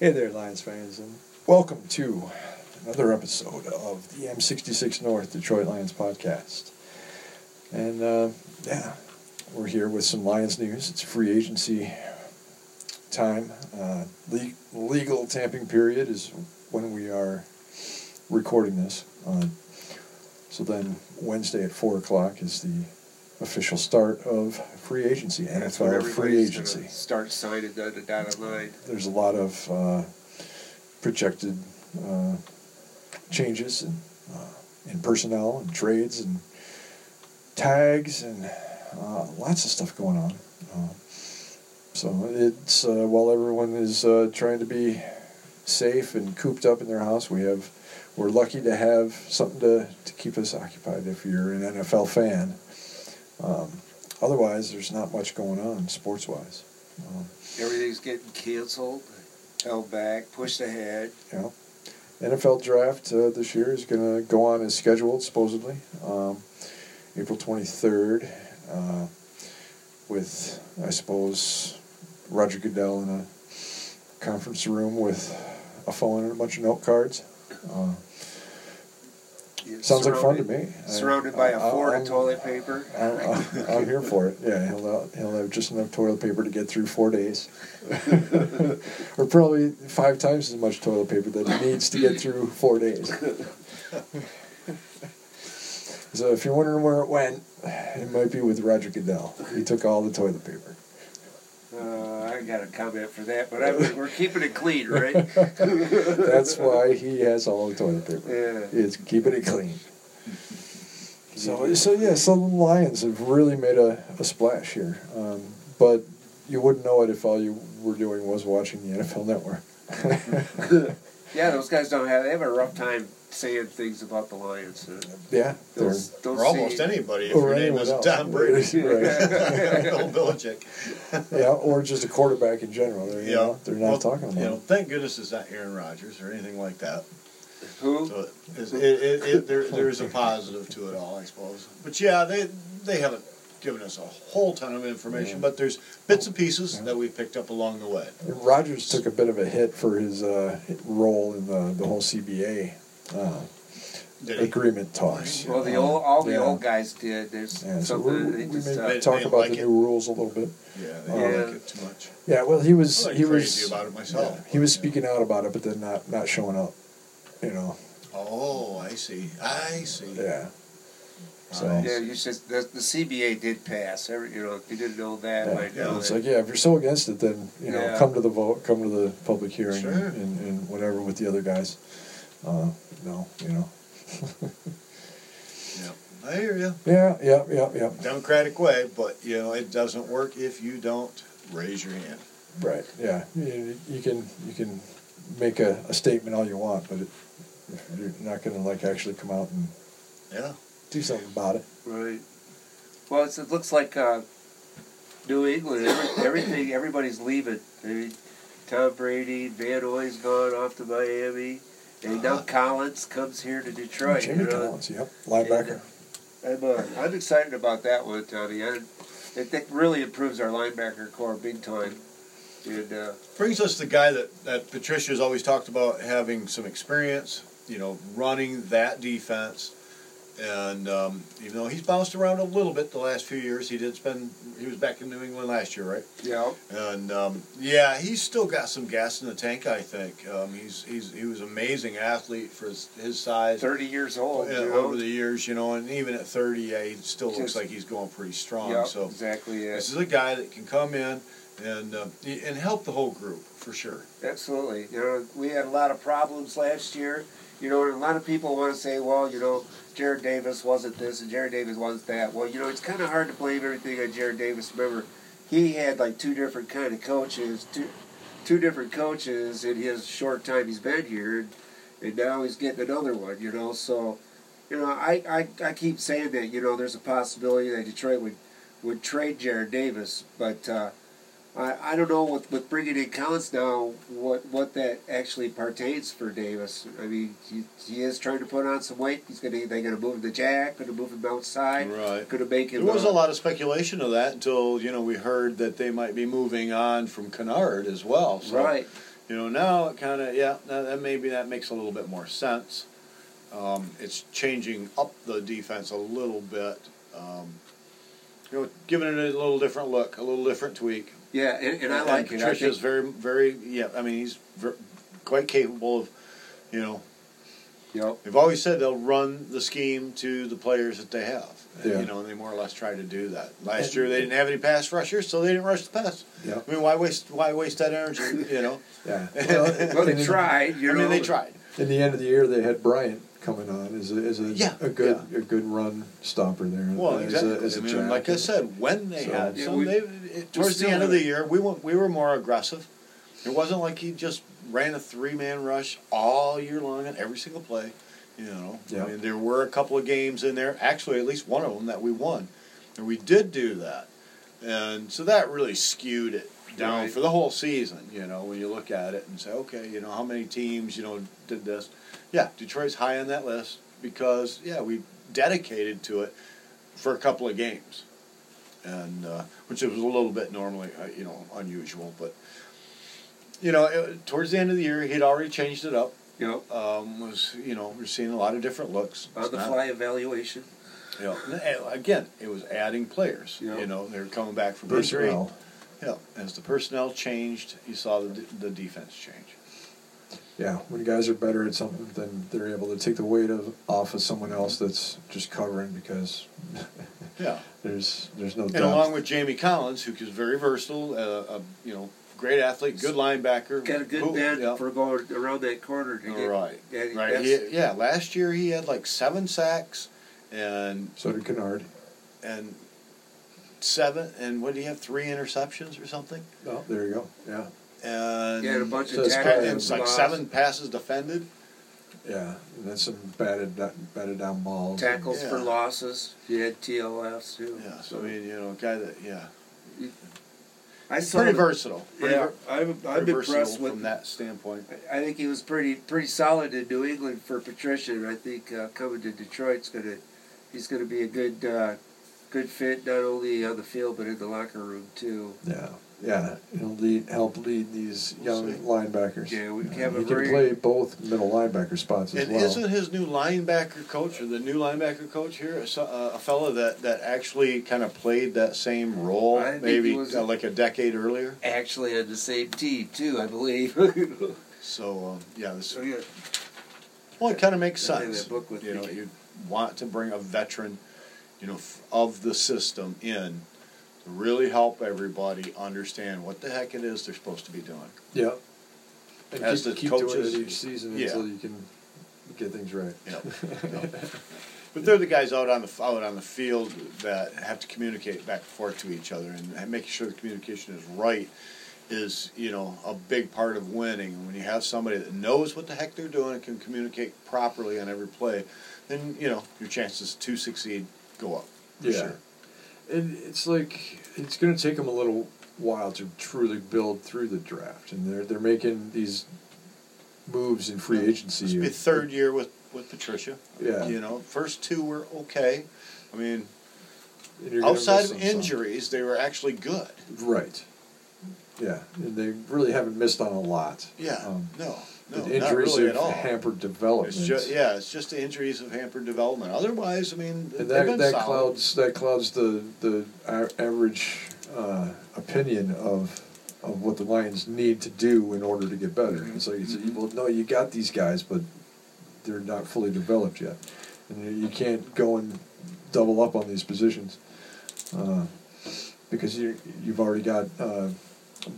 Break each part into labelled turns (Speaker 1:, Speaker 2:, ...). Speaker 1: Hey there, Lions fans, and welcome to another episode of the M66 North Detroit Lions podcast. And uh, yeah, we're here with some Lions news. It's free agency time. Uh, le- legal tamping period is when we are recording this. Uh, so then Wednesday at 4 o'clock is the official start of free agency,
Speaker 2: And that's what
Speaker 1: NFL free
Speaker 2: everybody's
Speaker 1: agency.
Speaker 2: gonna start signing on the dotted line.
Speaker 1: there's a lot of uh, projected uh, changes in, uh, in personnel and trades and tags and uh, lots of stuff going on. Uh, so it's uh, while everyone is uh, trying to be safe and cooped up in their house, we have we're lucky to have something to, to keep us occupied. If you're an NFL fan, um, otherwise there's not much going on sports wise. Um,
Speaker 2: Everything's getting canceled, held back, pushed ahead.
Speaker 1: Yeah. NFL draft uh, this year is going to go on as scheduled, supposedly, um, April 23rd, uh, with, I suppose, Roger Goodell in a conference room with a phone and a bunch of note cards. Uh,
Speaker 2: You're
Speaker 1: sounds like fun to
Speaker 2: surrounded-
Speaker 1: me. I-
Speaker 2: Surrounded by a
Speaker 1: I- I-
Speaker 2: fort
Speaker 1: I'm-
Speaker 2: of toilet paper.
Speaker 1: I'm, I'm here for it. Yeah, he'll he'll have just enough toilet paper to get through four days, or probably five times as much toilet paper that he needs to get through four days. so if you're wondering where it went, it might be with Roger Goodell. He took all the toilet paper.
Speaker 2: Uh, I got a comment for that, but I mean, we're keeping it clean, right?
Speaker 1: That's why he has all the toilet paper.
Speaker 2: Yeah.
Speaker 1: It's keeping it clean. So, so yeah, so the Lions have really made a, a splash here. Um, but you wouldn't know it if all you were doing was watching the NFL Network.
Speaker 2: yeah, those guys don't have. They have a rough time saying things about the Lions. huh?
Speaker 1: yeah, they're,
Speaker 2: Those, those
Speaker 3: Or almost
Speaker 2: see-
Speaker 3: anybody if
Speaker 1: or
Speaker 3: your name
Speaker 1: anyone
Speaker 3: is
Speaker 1: else.
Speaker 3: Tom Brady,
Speaker 1: Right.
Speaker 3: Bill Belichick.
Speaker 1: yeah, or just a quarterback in general. They're, you
Speaker 3: Yeah.
Speaker 1: know, they're not
Speaker 3: Well,
Speaker 1: talking about
Speaker 3: You know,
Speaker 1: it.
Speaker 3: thank goodness it's not Aaron Rodgers or anything like that.
Speaker 2: Who?
Speaker 3: So it, it's- it, it, it, there, there's a positive to it all, I suppose. But yeah, they they haven't given us a whole ton of information,
Speaker 1: Yeah.
Speaker 3: but there's bits and pieces
Speaker 1: Yeah.
Speaker 3: that we picked up along the way.
Speaker 1: Rogers took a bit of a hit for his uh, role in the, the whole CBA uh,
Speaker 3: Did he?
Speaker 1: agreement talks.
Speaker 2: Well, the
Speaker 1: Um,
Speaker 2: old, all the
Speaker 1: yeah.
Speaker 2: old guys did. There's
Speaker 1: Yeah, so we,
Speaker 2: something.
Speaker 1: we
Speaker 2: They
Speaker 1: may
Speaker 2: just, uh,
Speaker 3: They-
Speaker 1: talk
Speaker 3: they
Speaker 1: about
Speaker 3: like
Speaker 1: the
Speaker 3: it.
Speaker 1: new rules a little bit.
Speaker 3: Yeah, they
Speaker 2: Yeah.
Speaker 3: didn't like it too much.
Speaker 1: Oh, Yeah, well, he was
Speaker 3: I was
Speaker 1: he
Speaker 3: crazy
Speaker 1: was
Speaker 3: about it myself.
Speaker 1: yeah, he was speaking out about it, but then not not showing up. You know,
Speaker 3: Oh, I see. I see.
Speaker 1: yeah. So
Speaker 3: Right.
Speaker 2: Yeah, you should. The, the CBA did pass. Every, you know, if you didn't know that,
Speaker 1: yeah,
Speaker 2: like,
Speaker 3: yeah,
Speaker 2: know
Speaker 1: it's
Speaker 2: that.
Speaker 1: like yeah, if you're so against it, then you know,
Speaker 2: Yeah.
Speaker 1: come to the vote, come to the public hearing,
Speaker 3: Sure.
Speaker 1: and, and whatever with the other guys. Uh, no, you know.
Speaker 3: Yeah. I hear you.
Speaker 1: Yeah, yeah, yeah, yeah.
Speaker 3: Democratic way, but you know it doesn't work if you don't raise your hand.
Speaker 1: Right. Yeah. You, you can you can make a, a statement all you want, but it, if you're not going to like actually come out and
Speaker 3: Yeah.
Speaker 1: do something about it.
Speaker 2: Right. Well, it's, it looks like uh, New England. Every, everything. Everybody's leaving. I mean, Tom Brady, Van Oy's gone off to Miami, and now
Speaker 3: Uh-huh.
Speaker 2: Collins comes here to Detroit.
Speaker 1: Jamie
Speaker 2: you know?
Speaker 1: Ah. Collins, yep, linebacker.
Speaker 2: I'm, uh, I'm excited about that one, Tony. I, it, that really improves our linebacker core big time. And uh,
Speaker 3: Brings us the guy that, that Patricia's always talked about having some experience, you know, running that defense. And um, even though he's bounced around a little bit the last few years, he did spend, he was back in New England last year, right?
Speaker 2: yeah,
Speaker 3: And um, yeah, he's still got some gas in the tank, I think. Um, he's, he's, he was an amazing athlete for his, his size.
Speaker 2: thirty years
Speaker 3: uh,
Speaker 2: old. you know?
Speaker 3: over the years, you know, and even at 30, yeah, he still looks
Speaker 2: Just-
Speaker 3: like he's going pretty strong.
Speaker 2: yeah,
Speaker 3: so
Speaker 2: exactly. Yeah.
Speaker 3: this is a guy that can come in and uh, and help the whole group for sure.
Speaker 2: Absolutely. You know, we had a lot of problems last year. You know, and a lot of people want to say, well, you know, Jared Davis wasn't this and Jared Davis wasn't that. Well, you know, it's kind of hard to blame everything on Jared Davis. Remember, he had like two different kind of coaches, two, two different coaches in his short time he's been here, and, and now he's getting another one. You know, so you know, I, I I keep saying that. You know, there's a possibility that Detroit would would trade Jared Davis, but. uh I, I don't know with, with bringing in Collins now what, what that actually pertains for Davis. I mean, he, he is trying to put on some weight. He's gonna they're gonna move him to Jack, gonna move him outside,
Speaker 3: Right.
Speaker 2: gonna make
Speaker 3: There
Speaker 2: him.
Speaker 3: was
Speaker 2: uh,
Speaker 3: a lot of speculation of that until you know we heard that they might be moving on from Kennard as well. So,
Speaker 2: right?
Speaker 3: You know, now it kind of yeah, now that maybe that makes a little bit more sense. Um, it's changing up the defense a little bit. Um, you know, giving it a little different look, a little different tweak.
Speaker 2: Yeah, and, and I like it. I
Speaker 3: Patricia's
Speaker 2: think-
Speaker 3: very, very yeah. I mean, he's ver- quite capable of. You know,
Speaker 2: Yep.
Speaker 3: they've always said they'll run the scheme to the players that they have. And,
Speaker 1: Yeah.
Speaker 3: You know, and they more or less try to do that. Last year they didn't have any pass rushers, so they didn't rush the pass.
Speaker 1: Yeah.
Speaker 3: I mean, why waste why waste that energy? You know,
Speaker 1: Yeah.
Speaker 2: Well,
Speaker 1: in
Speaker 2: they
Speaker 1: the-
Speaker 2: tried. You
Speaker 3: I
Speaker 2: know,
Speaker 3: mean, they tried.
Speaker 1: In the end of the year, they had Bryant coming on as a, as a,
Speaker 3: Yeah,
Speaker 1: a good a good run stopper there.
Speaker 3: Well,
Speaker 1: as
Speaker 3: exactly.
Speaker 1: A, as a
Speaker 3: I mean,
Speaker 1: jack.
Speaker 3: like I said, when they
Speaker 1: So-
Speaker 3: had
Speaker 2: Yeah,
Speaker 3: some,
Speaker 2: we-
Speaker 3: they, it, towards the
Speaker 2: still
Speaker 3: end of
Speaker 2: had-
Speaker 3: the year, we went, we were more aggressive. It wasn't like he just ran a three man rush all year long on every single play. You know,
Speaker 1: Yeah.
Speaker 3: I mean, there were a couple of games in there, actually, at least one of them that we won, and we did do that, and so that really skewed it down
Speaker 2: Right.
Speaker 3: for the whole season. You know, when you look at it and say, okay, you know, how many teams, you know, did this? Yeah, Detroit's high on that list because yeah, we dedicated to it for a couple of games, and uh, which was a little bit normally uh, you know unusual, but you know it, towards the end of the year he'd already changed it up.
Speaker 2: Yep.
Speaker 3: Um, was you know we're seeing a lot of different looks.
Speaker 2: On
Speaker 3: It's
Speaker 2: the
Speaker 3: not-
Speaker 2: fly evaluation.
Speaker 3: you know, and, uh, again, it was adding players.
Speaker 2: Yeah.
Speaker 3: You know they were coming back from injury.
Speaker 1: personnel.
Speaker 3: Yeah, as the personnel changed, you saw the d- the defense change.
Speaker 1: Yeah, when guys are better at something, then they're able to take the weight of off of someone else that's just covering because
Speaker 3: Yeah.
Speaker 1: there's there's no
Speaker 3: And along
Speaker 1: doubt.
Speaker 3: with Jamie Collins, who is very versatile, uh, a, you know, great athlete, good linebacker,
Speaker 2: Got a good
Speaker 3: Who-
Speaker 2: bend
Speaker 3: yeah.
Speaker 2: for going around that corner to get
Speaker 3: Right,
Speaker 2: yeah,
Speaker 3: right.
Speaker 2: that's-
Speaker 3: He, yeah, last year he had like seven sacks and
Speaker 1: So did Kennard.
Speaker 3: and seven and what did he have? Three interceptions or something?
Speaker 1: Oh, there you go. Yeah,
Speaker 3: And
Speaker 2: He had a bunch
Speaker 1: So
Speaker 2: of
Speaker 1: it's
Speaker 3: and
Speaker 1: kinda-
Speaker 2: tackles.
Speaker 3: it's like
Speaker 2: lost.
Speaker 3: seven passes defended.
Speaker 1: yeah. And then some batted batted down balls.
Speaker 2: tackles for
Speaker 3: Yeah.
Speaker 2: losses. You had TLFs too.
Speaker 3: Yeah, so I mean, you know, a guy that yeah,
Speaker 2: I saw
Speaker 3: pretty
Speaker 2: the-
Speaker 3: versatile. Pretty
Speaker 2: Yeah,
Speaker 3: ver-
Speaker 2: I'm,
Speaker 3: pretty
Speaker 2: I'm impressed
Speaker 3: versatile
Speaker 2: with.
Speaker 3: from that standpoint.
Speaker 2: I think he was pretty pretty solid in New England for Patricia, and I think uh, coming to Detroit's gonna he's gonna be a good uh, good fit not only on the field but in the locker room too.
Speaker 1: Yeah, yeah. It'll lead, help lead these
Speaker 3: We'll
Speaker 1: young
Speaker 3: see.
Speaker 1: linebackers.
Speaker 2: Yeah, we
Speaker 1: You know,
Speaker 2: have a
Speaker 1: you can
Speaker 2: very-
Speaker 1: play both middle linebacker spots as
Speaker 3: And
Speaker 1: well.
Speaker 3: isn't his new linebacker coach or the new linebacker coach here a, so- uh, a fellow that, that actually kind of played that same role
Speaker 2: I think
Speaker 3: maybe
Speaker 2: he was-
Speaker 3: uh, like a decade earlier?
Speaker 2: Actually, on the same team too, I believe.
Speaker 3: So um, yeah, this
Speaker 2: so yeah,
Speaker 3: well, it kind of makes
Speaker 2: I have
Speaker 3: sense.
Speaker 2: that book with
Speaker 3: you
Speaker 2: me.
Speaker 3: know, you want to bring a veteran, you know, f- of the system in to really help everybody understand what the heck it is they're supposed to be doing.
Speaker 1: yeah. And
Speaker 3: As
Speaker 1: keep,
Speaker 3: the
Speaker 1: keep
Speaker 3: coaches-
Speaker 1: doing it each season
Speaker 3: yeah.
Speaker 1: until you can get things right.
Speaker 3: You know, you know. But they're the guys out on the f- out on the field that have to communicate back and forth to each other, and ha- making sure the communication is right is you know a big part of winning. When you have somebody that knows what the heck they're doing and can communicate properly on every play, then you know your chances to succeed go up. For
Speaker 1: Yeah.
Speaker 3: sure.
Speaker 1: And it's like it's going to take them a little while to truly build through the draft, and they're they're making these moves in free agency.
Speaker 3: This will be the third year with with Patricia.
Speaker 1: Yeah.
Speaker 3: You know, first two were okay. I mean,
Speaker 1: And you're gonna
Speaker 3: outside
Speaker 1: miss
Speaker 3: of
Speaker 1: them some.
Speaker 3: injuries, they were actually good.
Speaker 1: right? Yeah, and they really haven't missed on a lot.
Speaker 3: Yeah.
Speaker 1: Um,
Speaker 3: no. No,
Speaker 1: the
Speaker 3: not
Speaker 1: injuries
Speaker 3: really at
Speaker 1: have
Speaker 3: all.
Speaker 1: hampered development.
Speaker 3: It's just yeah, it's just the injuries have hampered development. Otherwise, I
Speaker 1: and
Speaker 3: mean, they've
Speaker 1: that,
Speaker 3: been
Speaker 1: that
Speaker 3: solid.
Speaker 1: clouds that clouds the the a- average uh, opinion of of what the Lions need to do in order to get better. It's like it's,
Speaker 3: Mm-hmm.
Speaker 1: well, no, you got these guys, but they're not fully developed yet, and you, you can't go and double up on these positions uh, because you you've already got uh,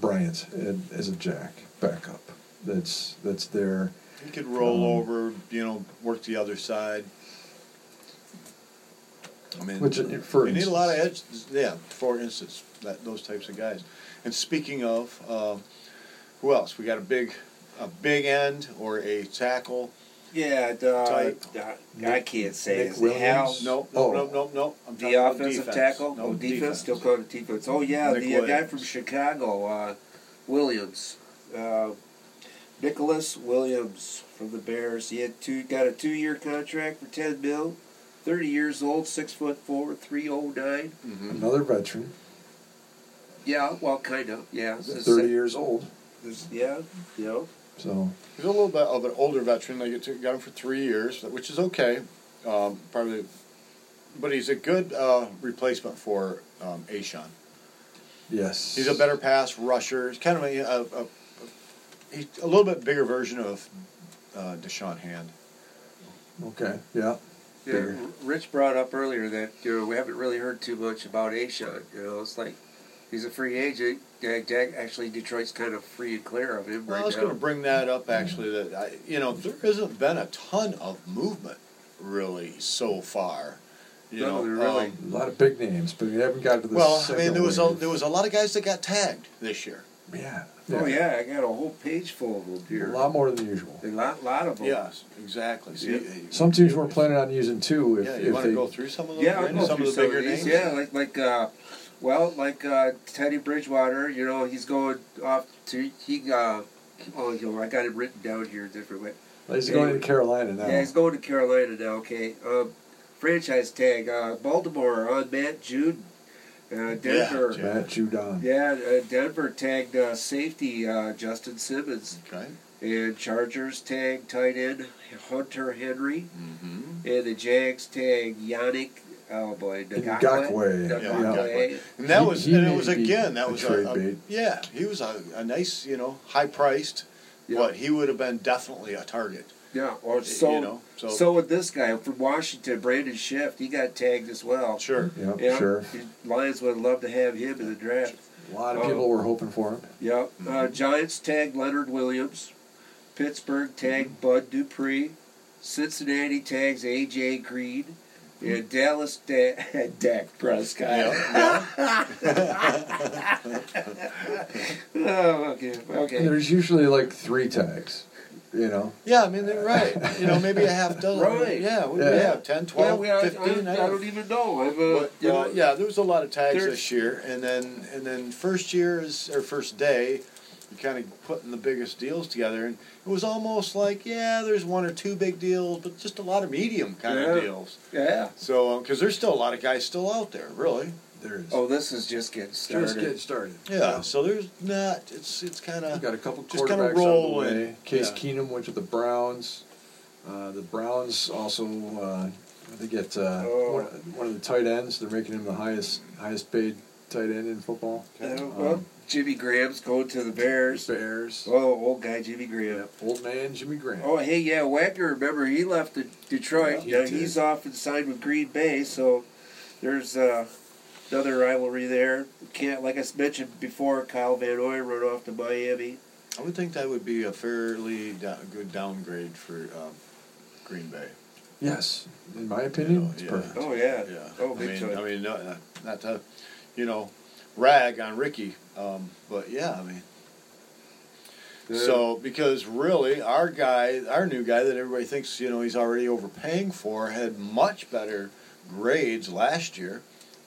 Speaker 1: Bryant and- as a jack backup. That's that's their
Speaker 3: He could roll
Speaker 1: Um,
Speaker 3: over, you know, work the other side. I mean,
Speaker 1: Which, uh, for
Speaker 3: you need a lot of edge.
Speaker 1: instance.
Speaker 3: Yeah, for instance, that those types of guys. And speaking of, uh, who else? We got a big, a big end or a tackle.
Speaker 2: yeah. The,
Speaker 3: Tight.
Speaker 2: the- I can't say
Speaker 1: Nick
Speaker 2: his name. Hal.
Speaker 1: Williams?
Speaker 3: No,
Speaker 1: Oh.
Speaker 3: no, no, no, no. I'm
Speaker 2: The
Speaker 3: talking about
Speaker 2: offensive
Speaker 3: defense.
Speaker 2: tackle,
Speaker 3: No
Speaker 2: oh, defense,
Speaker 3: defense.
Speaker 2: Dakota defense. Oh yeah,
Speaker 3: Nick
Speaker 2: the uh, guy
Speaker 3: Williams.
Speaker 2: from Chicago, uh, Williams, uh, Nicholas Williams from the Bears. He had two got a two year contract for ten mil. Thirty years old, six foot four, three oh nine.
Speaker 3: Mhm.
Speaker 1: another veteran,
Speaker 2: Yeah, well, kind of. Yeah, it's the
Speaker 1: thirty
Speaker 2: same-
Speaker 1: years old.
Speaker 2: There's, yeah, you know.
Speaker 1: So
Speaker 3: He's a little bit of an older veteran. They get to, got him for three years, which is okay. Um, probably, but he's a good uh, replacement for um, Ashawn.
Speaker 1: yes,
Speaker 3: He's a better pass rusher. He's kind of a, a, a, he's a little bit bigger version of uh, Deshaun Hand.
Speaker 1: Okay, yeah,
Speaker 2: Yeah,
Speaker 1: Bigger.
Speaker 2: R- Rich brought up earlier that you know we haven't really heard too much about Ashawn. You know, it's like he's a free agent. Dag- Dag- Actually, Detroit's kind of free and clear of him
Speaker 3: Well, I
Speaker 2: right
Speaker 3: was going
Speaker 2: now.
Speaker 3: to bring that up actually. That I, you know, there hasn't been a ton of movement really so far. You
Speaker 2: No,
Speaker 3: know, um,
Speaker 2: there really-
Speaker 1: a lot of big names, but we haven't gotten to the.
Speaker 3: well, I
Speaker 1: second
Speaker 3: mean, there was a,
Speaker 1: wave.
Speaker 3: there was a lot of guys that got tagged this year.
Speaker 1: yeah,
Speaker 2: oh yeah, I got a whole page full of them
Speaker 1: a
Speaker 2: here.
Speaker 1: lot more than usual.
Speaker 2: A lot, lot of them.
Speaker 3: Yes, exactly. See,
Speaker 2: Yeah.
Speaker 3: you-
Speaker 1: Some teams were planning on using two if,
Speaker 3: Yeah, you
Speaker 1: if
Speaker 3: want to
Speaker 1: they
Speaker 3: go through some of those?
Speaker 2: Yeah, I'll go
Speaker 3: some
Speaker 2: through
Speaker 3: of the
Speaker 2: some of
Speaker 3: bigger
Speaker 2: these.
Speaker 3: names.
Speaker 2: Yeah, like like uh, well, like uh, Teddy Bridgewater. You know, he's going off to he. Uh, oh, you know, I got it written down here a different way.
Speaker 1: He's going to Carolina now.
Speaker 2: Yeah, he's going to Carolina now. Okay, um, franchise tag. Uh, Baltimore on Matt June. Uh, Denver.
Speaker 3: Juden.
Speaker 2: Yeah,
Speaker 1: Matt Judon.
Speaker 2: uh, Denver tagged uh, safety uh, Justin Simmons,
Speaker 3: Okay.
Speaker 2: and Chargers tag tight end Hunter Henry,
Speaker 3: Mm-hmm.
Speaker 2: and the Jags tag Yannick. Oh boy,
Speaker 1: Ngakwe.
Speaker 2: Ngakwe.
Speaker 1: Yeah.
Speaker 2: Ngakwe.
Speaker 3: And that
Speaker 1: He-
Speaker 3: was
Speaker 1: he
Speaker 3: and
Speaker 1: may
Speaker 3: it was
Speaker 1: be
Speaker 3: again
Speaker 1: a
Speaker 3: that was
Speaker 1: trade
Speaker 3: a, a-
Speaker 1: bait.
Speaker 3: yeah he was a, a nice you know high priced
Speaker 2: Yeah.
Speaker 3: but he would have been definitely a target
Speaker 2: Yeah, or so.
Speaker 3: you know so,
Speaker 2: so, with this guy from Washington, Brandon Schiff, he got tagged as well.
Speaker 3: sure
Speaker 1: Yep,
Speaker 2: Yeah,
Speaker 1: sure.
Speaker 2: the Lions would love to have him in the draft.
Speaker 1: A lot of
Speaker 2: Oh.
Speaker 1: people were hoping for him.
Speaker 2: Yep. Uh, Giants tagged Leonard Williams. Pittsburgh tagged Bud Dupree. Cincinnati tags AJ Green. And Dallas ta- Dak Prescott.
Speaker 3: yeah,
Speaker 2: Oh, okay.
Speaker 1: And
Speaker 2: Okay.
Speaker 1: there's usually like three tags, you know.
Speaker 3: yeah I mean they're right you know maybe a half dozen
Speaker 2: Right.
Speaker 3: yeah we,
Speaker 1: Yeah.
Speaker 3: yeah. 10
Speaker 2: Well,
Speaker 3: 12
Speaker 2: we, I,
Speaker 3: 15
Speaker 2: I,
Speaker 3: I
Speaker 2: I
Speaker 3: don't
Speaker 2: don't even know. I'm, uh,
Speaker 3: But,
Speaker 2: you know,
Speaker 3: uh, yeah, there was a lot of tags
Speaker 2: there's-
Speaker 3: this year, and then and then first year is or first day, you kind of putting the biggest deals together, and it was almost like yeah, there's one or two big deals, but just a lot of medium kind
Speaker 2: Yeah.
Speaker 3: of deals.
Speaker 2: yeah.
Speaker 3: So because there's still a lot of guys still out there, really.
Speaker 1: There is.
Speaker 2: Oh, this is just getting started.
Speaker 1: started.
Speaker 3: Yeah. So there's not. It's it's kind
Speaker 1: We've
Speaker 3: of
Speaker 1: got a couple
Speaker 3: Just
Speaker 1: quarterbacks
Speaker 3: kinda
Speaker 1: out of the
Speaker 3: roll
Speaker 1: way.
Speaker 3: and-
Speaker 1: Case
Speaker 3: yeah.
Speaker 1: Keenum went to the Browns. Uh, the Browns also uh, they get uh,
Speaker 2: Oh.
Speaker 1: one, one of the tight ends. They're making him the highest highest paid tight end in football. Um,
Speaker 2: Uh, well, Jimmy Graham's going to the Bears.
Speaker 1: Bears.
Speaker 2: Oh, old guy Jimmy Graham.
Speaker 1: Old man Jimmy Graham.
Speaker 2: Oh, hey, yeah, Wagner. Remember, he left the Detroit.
Speaker 1: He
Speaker 2: now
Speaker 1: did.
Speaker 2: he's off and signed with Green Bay. So there's uh, another rivalry there. Can't, like I mentioned before, Kyle Van Oy rode off to Miami.
Speaker 3: I would think that would be a fairly da- good downgrade for um, Green Bay.
Speaker 1: Yes, in my opinion,
Speaker 3: Yeah,
Speaker 1: it's
Speaker 3: yeah.
Speaker 1: perfect.
Speaker 2: Oh yeah.
Speaker 3: Yeah.
Speaker 2: Oh,
Speaker 3: I
Speaker 2: big
Speaker 3: mean,
Speaker 2: time.
Speaker 3: I mean, no, not to, you know, rag on Ricky, um, but yeah, I mean. So because really our guy, our new guy that everybody thinks you know he's already overpaying for had much better grades last year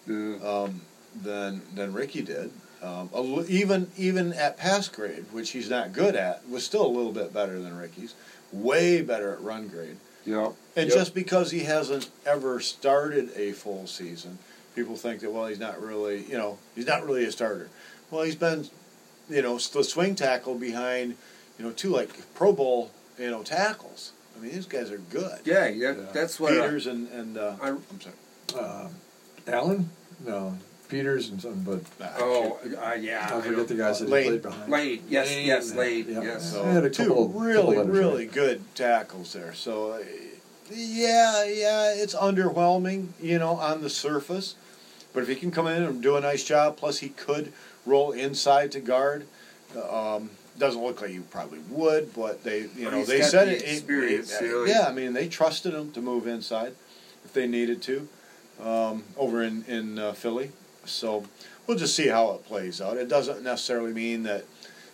Speaker 2: Uh,
Speaker 3: um, than than Ricky did. Um, a li- even even at pass grade, which he's not good at, was still a little bit better than Ricky's. Way better at run grade.
Speaker 2: yeah.
Speaker 3: And
Speaker 2: Yep.
Speaker 3: just because he hasn't ever started a full season, people think that well he's not really you know he's not really a starter. Well, he's been you know s- the swing tackle behind you know two like Pro Bowl you know tackles. I mean these guys are good.
Speaker 2: yeah, yeah,
Speaker 1: Yeah.
Speaker 2: That's what. I,
Speaker 3: Peters and and uh,
Speaker 2: I-
Speaker 3: I'm sorry.
Speaker 1: Um, Allen? No, Peters and something, but
Speaker 3: Nah,
Speaker 2: oh, uh, yeah.
Speaker 1: I
Speaker 2: I
Speaker 1: forget
Speaker 2: don't-
Speaker 1: the guys that he
Speaker 3: Lane.
Speaker 1: played behind.
Speaker 2: Lane. Yes,
Speaker 1: Lane.
Speaker 2: yes, Lane.
Speaker 1: Yeah.
Speaker 2: Yes.
Speaker 1: I had
Speaker 3: So
Speaker 1: a
Speaker 3: two
Speaker 1: couple- couple
Speaker 3: really,
Speaker 1: letters
Speaker 3: really good tackles there. So, uh, yeah, yeah, it's underwhelming, you know, on the surface. But if he can come in and do a nice job, plus he could roll inside to guard. uh, Um, doesn't look like you probably would, but they, you
Speaker 2: But
Speaker 3: know,
Speaker 2: he's
Speaker 3: they
Speaker 2: got
Speaker 3: said
Speaker 2: the
Speaker 3: it. it-
Speaker 2: experience,
Speaker 3: it-
Speaker 2: you know,
Speaker 3: yeah, I mean, they trusted him to move inside if they needed to um, over in in uh, Philly. So we'll just see how it plays out. It doesn't necessarily mean that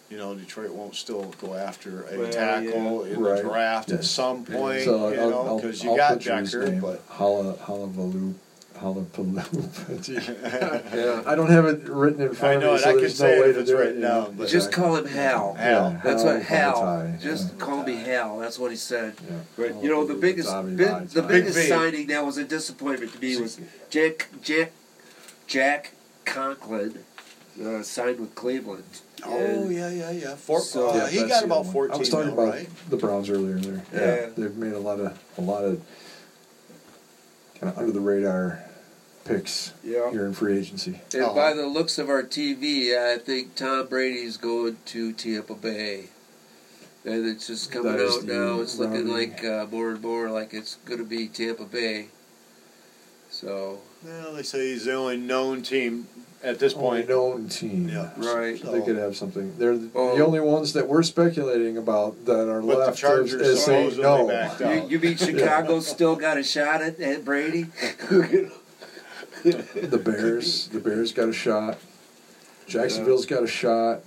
Speaker 3: you know Detroit won't still go after a
Speaker 2: Well,
Speaker 3: tackle in
Speaker 1: Right.
Speaker 3: the draft at
Speaker 1: Yes.
Speaker 3: some point.
Speaker 1: So
Speaker 3: you
Speaker 1: I'll,
Speaker 3: know,
Speaker 1: I'll,
Speaker 3: because you
Speaker 1: I'll
Speaker 3: got
Speaker 1: butcher his
Speaker 3: Decker,
Speaker 1: name.
Speaker 3: but
Speaker 1: Hala Halavalu Halapaloop. Gee.
Speaker 2: Yeah.
Speaker 1: I don't have it written in front
Speaker 3: I know
Speaker 1: of me,
Speaker 3: it.
Speaker 1: so
Speaker 3: I can
Speaker 1: there's
Speaker 3: say
Speaker 1: no
Speaker 3: it
Speaker 1: way
Speaker 3: if
Speaker 1: to
Speaker 3: it's
Speaker 1: do
Speaker 3: written
Speaker 1: it. yeah.
Speaker 3: down, but-
Speaker 2: Just call him Hal.
Speaker 3: Hal.
Speaker 2: That's what Hal.
Speaker 1: Vatatai,
Speaker 2: Just call me Hal. That's what he said.
Speaker 1: yeah.
Speaker 2: Right.
Speaker 1: Hal
Speaker 2: You know the
Speaker 1: Vatatai,
Speaker 2: biggest,
Speaker 1: Vatatai.
Speaker 2: bi- the
Speaker 3: Big
Speaker 2: biggest
Speaker 3: V.
Speaker 2: signing that was a disappointment to me was Jack Jack Jack Conklin uh, signed with Cleveland.
Speaker 3: Oh
Speaker 2: And-
Speaker 3: yeah, yeah, yeah. Four,
Speaker 2: So-
Speaker 3: uh,
Speaker 1: Yeah,
Speaker 3: he
Speaker 1: that's
Speaker 3: got
Speaker 1: the
Speaker 3: about
Speaker 1: other one.
Speaker 3: fourteen.
Speaker 1: I was talking
Speaker 3: now,
Speaker 1: about
Speaker 3: right?
Speaker 1: the Browns earlier. There, yeah.
Speaker 2: Yeah.
Speaker 1: they've made a lot of a lot of kind of under the radar picks
Speaker 2: Yeah.
Speaker 1: here in free agency.
Speaker 2: And
Speaker 3: Uh-huh.
Speaker 2: by the looks of our TV, I think Tom Brady's going to Tampa Bay. And it's just coming
Speaker 1: That is
Speaker 2: out now.
Speaker 1: the
Speaker 2: It's looking
Speaker 1: Robbie.
Speaker 2: like uh, more and more like it's going to be Tampa Bay. So,
Speaker 3: Well, they say he's the only known team at this
Speaker 1: Only
Speaker 3: point.
Speaker 1: known team.
Speaker 3: Yeah.
Speaker 2: Right.
Speaker 1: They could have something. They're the
Speaker 2: Oh.
Speaker 1: the only ones that we're speculating about that are
Speaker 3: But the
Speaker 1: left as,
Speaker 3: Chargers
Speaker 1: as saying
Speaker 3: supposedly
Speaker 1: no.
Speaker 3: backed out.
Speaker 2: you, you mean Chicago still got a shot at, at Brady?
Speaker 1: The Bears, the Bears got a shot. Jacksonville's got a shot.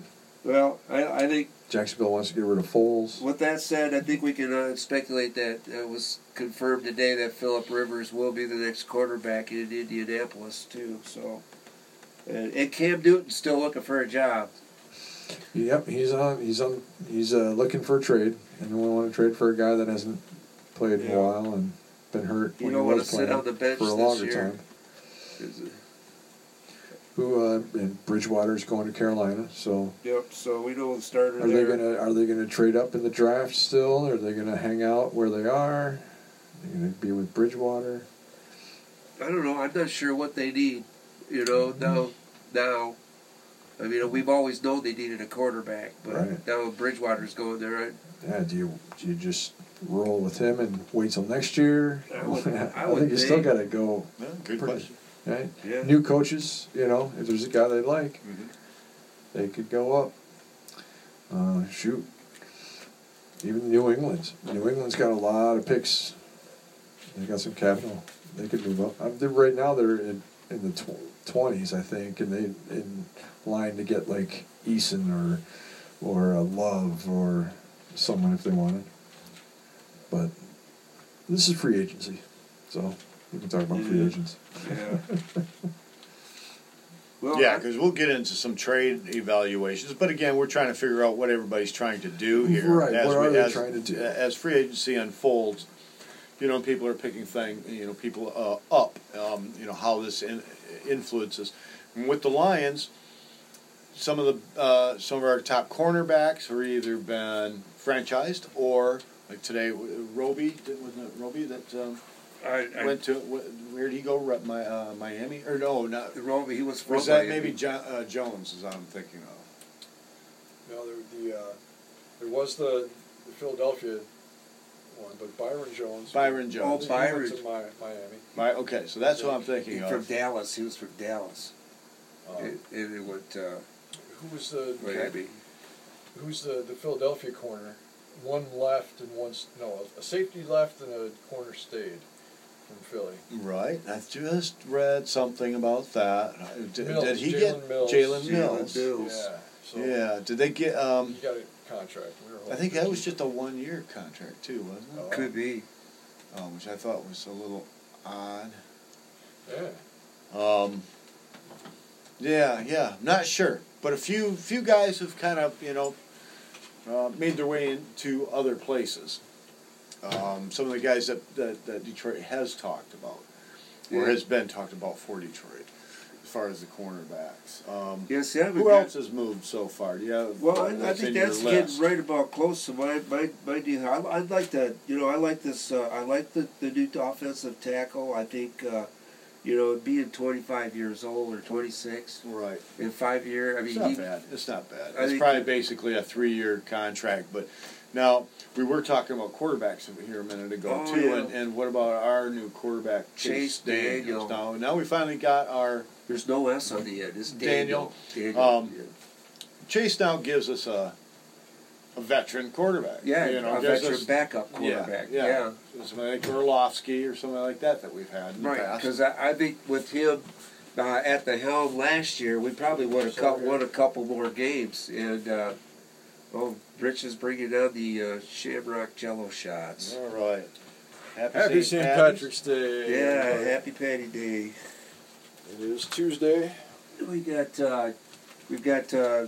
Speaker 2: well, I, I think
Speaker 1: Jacksonville wants to get rid of Foles.
Speaker 2: With that said, I think we can uh, speculate that uh, it was confirmed today that Philip Rivers will be the next quarterback in Indianapolis too. So, and, and Cam Newton's still looking for a job.
Speaker 1: Yep, he's on. He's on. He's uh, looking for a trade, and we want to trade for a guy that hasn't played in
Speaker 2: Yeah.
Speaker 1: a while and been hurt.
Speaker 2: You
Speaker 1: when
Speaker 2: don't
Speaker 1: he
Speaker 2: wanna
Speaker 1: was
Speaker 2: sit
Speaker 1: playing
Speaker 2: on the bench
Speaker 1: for a
Speaker 2: this
Speaker 1: longer
Speaker 2: year.
Speaker 1: time.
Speaker 2: Is it-
Speaker 1: Who uh, and Bridgewater's going to Carolina, so
Speaker 2: Yep. So we know the starter
Speaker 1: Are they gonna Are they gonna trade up in the draft still? Are they gonna hang out where they are? They're gonna be with Bridgewater.
Speaker 2: I don't know. I'm not sure what they need. You
Speaker 1: Mm-hmm.
Speaker 2: know, now, now, I mean, we've always known they needed a quarterback, but
Speaker 1: Right.
Speaker 2: now Bridgewater's going there. I,
Speaker 1: Yeah, do you do you just roll with him and wait till next year?
Speaker 2: I would- I
Speaker 1: think
Speaker 2: would
Speaker 1: you still
Speaker 2: think.
Speaker 1: gotta go.
Speaker 3: Yeah, good
Speaker 1: Pretty-
Speaker 3: question.
Speaker 1: Right?
Speaker 2: Yeah.
Speaker 1: New coaches, you know, if there's a guy they like,
Speaker 3: Mhm.
Speaker 1: they could go up. Uh, shoot, even New England's. New England's got a lot of picks. They got some capital. They could move up. I'm, they're- right now they're in, in the twenties, I think, and they in line to get like Eason or or a Love or someone if they wanted. But this is free agency, so we can talk about free
Speaker 2: Yeah.
Speaker 1: agents.
Speaker 2: yeah. well,
Speaker 3: Yeah, because we'll get into some trade evaluations, but again, we're trying to figure out what everybody's trying to do here.
Speaker 1: Right,
Speaker 3: As
Speaker 1: what are
Speaker 3: we-
Speaker 1: they
Speaker 3: as-
Speaker 1: trying to do?
Speaker 3: As free agency unfolds, you know, people are picking thing, you know, people uh, up, um, you know, how this in, influences. And with the Lions, some of the uh, some of our top cornerbacks are either been franchised or like today, w- Roby wasn't it Roby that um,
Speaker 2: I, I,
Speaker 3: went to wh- where did he go? Re- My uh, Miami or no, not
Speaker 2: Roby, he was from
Speaker 3: was that
Speaker 2: Miami.
Speaker 3: maybe jo- uh, Jones? Is what I'm thinking of.
Speaker 1: No, there, the uh, there was the, the Philadelphia one, but Byron Jones.
Speaker 3: Byron Jones.
Speaker 1: He
Speaker 2: Oh, Byron.
Speaker 1: went to Mi- Miami.
Speaker 3: Right. Okay, so that's what I'm
Speaker 2: He
Speaker 3: thinking
Speaker 2: from
Speaker 3: of.
Speaker 2: Dallas. He was from Dallas.
Speaker 1: Um,
Speaker 3: Oh.
Speaker 2: And, and it went uh,
Speaker 1: who was the
Speaker 2: Miami.
Speaker 1: who's the, the Philadelphia corner? One left and one s- no, a safety left and a corner stayed from Philly.
Speaker 3: Right. I just read something about that. Did,
Speaker 1: Mills,
Speaker 3: did he
Speaker 1: Jalen
Speaker 3: get
Speaker 1: Mills.
Speaker 3: Jalen
Speaker 2: Jalen
Speaker 3: Mills?
Speaker 2: Mills.
Speaker 1: Yeah. So
Speaker 3: Yeah. Did they get? Um,
Speaker 1: He got a contract. We were
Speaker 3: I think that was just a one-year contract too, wasn't it?
Speaker 2: Could be.
Speaker 1: Oh.
Speaker 3: Um, which I thought was a little odd.
Speaker 1: Yeah.
Speaker 3: Um, yeah, yeah, not sure, but a few few guys have kind of you know uh, made their way into other places. Um, some of the guys that, that, that Detroit has talked about, or
Speaker 2: Yeah.
Speaker 3: has been talked about for Detroit, as far as the cornerbacks. Um,
Speaker 2: Yeah, see, I haven't
Speaker 3: Who
Speaker 2: got-
Speaker 3: else has moved so far? Yeah,
Speaker 2: Well, I, I think that's getting right about close to my my my deal. I, I'd like to, you know, I like this. Uh, I like the the new offensive tackle. I think, uh, you know, being twenty five years old or twenty six
Speaker 3: Right.
Speaker 2: in five year. I mean,
Speaker 3: It's not
Speaker 2: he-
Speaker 3: bad. It's not bad.
Speaker 2: I
Speaker 3: It's
Speaker 2: think-
Speaker 3: probably basically a three-year contract. But now we were talking about quarterbacks here a minute ago
Speaker 2: Oh,
Speaker 3: too,
Speaker 2: yeah.
Speaker 3: and, and what about our new quarterback
Speaker 2: Chase
Speaker 3: Chase, Daniels?
Speaker 2: Daniel.
Speaker 3: Now, now we finally got our
Speaker 2: there's no S on the end. It's Daniel. Daniel.
Speaker 3: Um, Chase. Now gives us a a veteran quarterback.
Speaker 2: yeah,
Speaker 3: you know,
Speaker 2: a
Speaker 3: gives
Speaker 2: veteran
Speaker 3: us-
Speaker 2: backup quarterback.
Speaker 3: Yeah,
Speaker 2: yeah.
Speaker 3: yeah. somebody like Orlovsky or somebody like that that we've had in the
Speaker 2: Right,
Speaker 3: past.
Speaker 2: because I, I think with him uh, at the helm last year, we probably would have cut, won a couple more games. And uh, oh, Rich is bringing down the uh, Shamrock Jello shots.
Speaker 3: All right. Happy,
Speaker 1: Happy St.
Speaker 3: Patty's.
Speaker 1: Patrick's Day.
Speaker 2: Yeah,
Speaker 1: everybody.
Speaker 2: happy Patty Day.
Speaker 1: It is Tuesday.
Speaker 2: We got uh, we've got uh,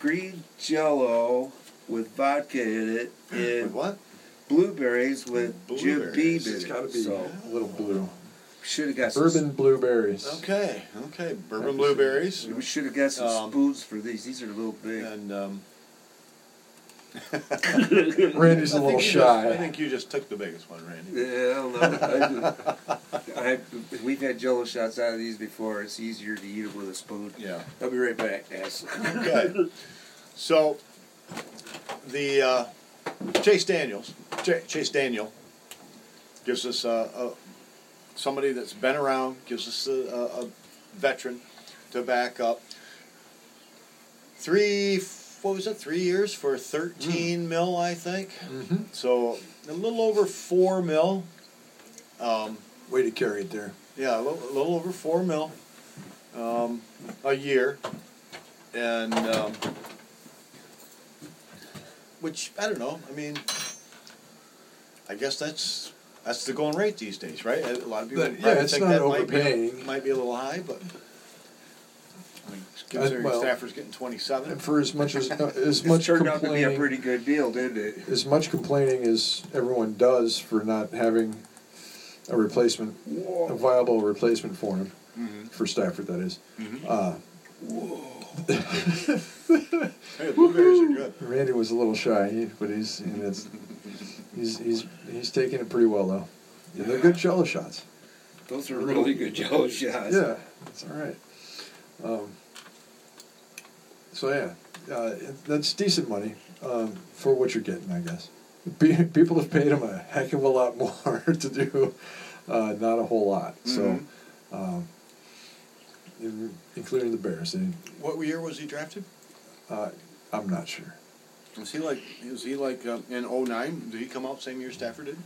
Speaker 2: green Jello with vodka in it
Speaker 3: With
Speaker 2: and
Speaker 3: what?
Speaker 2: blueberries with Jim
Speaker 3: Blueberries.
Speaker 2: Beam in
Speaker 3: It's
Speaker 2: it.
Speaker 1: Got to be
Speaker 2: So
Speaker 1: a little blue.
Speaker 2: Should have got
Speaker 1: Bourbon blueberries.
Speaker 3: Okay, okay. Bourbon blueberries.
Speaker 2: Some, we should have got some
Speaker 3: Um,
Speaker 2: spoons for these. These are a little big.
Speaker 3: And um,
Speaker 1: Randy's
Speaker 3: I
Speaker 1: a
Speaker 3: think
Speaker 1: little
Speaker 3: you just- I
Speaker 1: shy.
Speaker 3: think you just took the biggest one, Randy.
Speaker 2: Yeah, I don't know. I, I, we've had Jello shots out of these before. It's easier to eat them with a spoon.
Speaker 3: Yeah.
Speaker 2: I'll be right back, guys.
Speaker 3: Okay. So the uh, Chase Daniels, Ch- Chase Daniel, gives us uh, a, somebody that's been around, gives us a, a, a veteran to back up. Three, what was it? Three years for
Speaker 1: Hmm.
Speaker 3: thirteen mil, I think.
Speaker 1: Mhm.
Speaker 3: So a little over four mil. Um,
Speaker 1: Way to carry it there.
Speaker 3: yeah, a little, a little over four mil um, a year, and um, which I don't know. I mean, I guess that's that's the going rate these days, right? A lot of people
Speaker 1: But, yeah,
Speaker 3: probably
Speaker 1: it's
Speaker 3: think
Speaker 1: not
Speaker 3: that might be, a,
Speaker 1: overpaying. Uh,
Speaker 3: might be a little high, but I mean, considering
Speaker 1: well-
Speaker 3: Stafford's getting twenty-seven,
Speaker 1: And for as much as uh, as
Speaker 2: This
Speaker 1: much
Speaker 2: turned out to be a
Speaker 1: complaining,
Speaker 2: pretty good deal, didn't it?
Speaker 1: as much complaining as everyone does for not having a replacement, a viable replacement for him,
Speaker 2: Mm-hmm.
Speaker 1: for Stafford, that is. Uh,
Speaker 3: hey, the blueberries are good.
Speaker 1: Randy was a little shy, he- but he's and it's, he's he's he's taking it pretty well though. And they're good cello shots.
Speaker 2: Those are really good Jello shots.
Speaker 1: Yeah, it's all right. Um, so yeah, uh, it- that's decent money um, for what you're getting, I guess. Pe- People have paid him a heck of a lot more to do, uh, not a whole lot. So, um, in- including the Bears, they,
Speaker 3: What year was he drafted?
Speaker 1: uh, I'm not sure.
Speaker 3: Was he like? Was he like um, in 09? Did he come out same year Stafford did?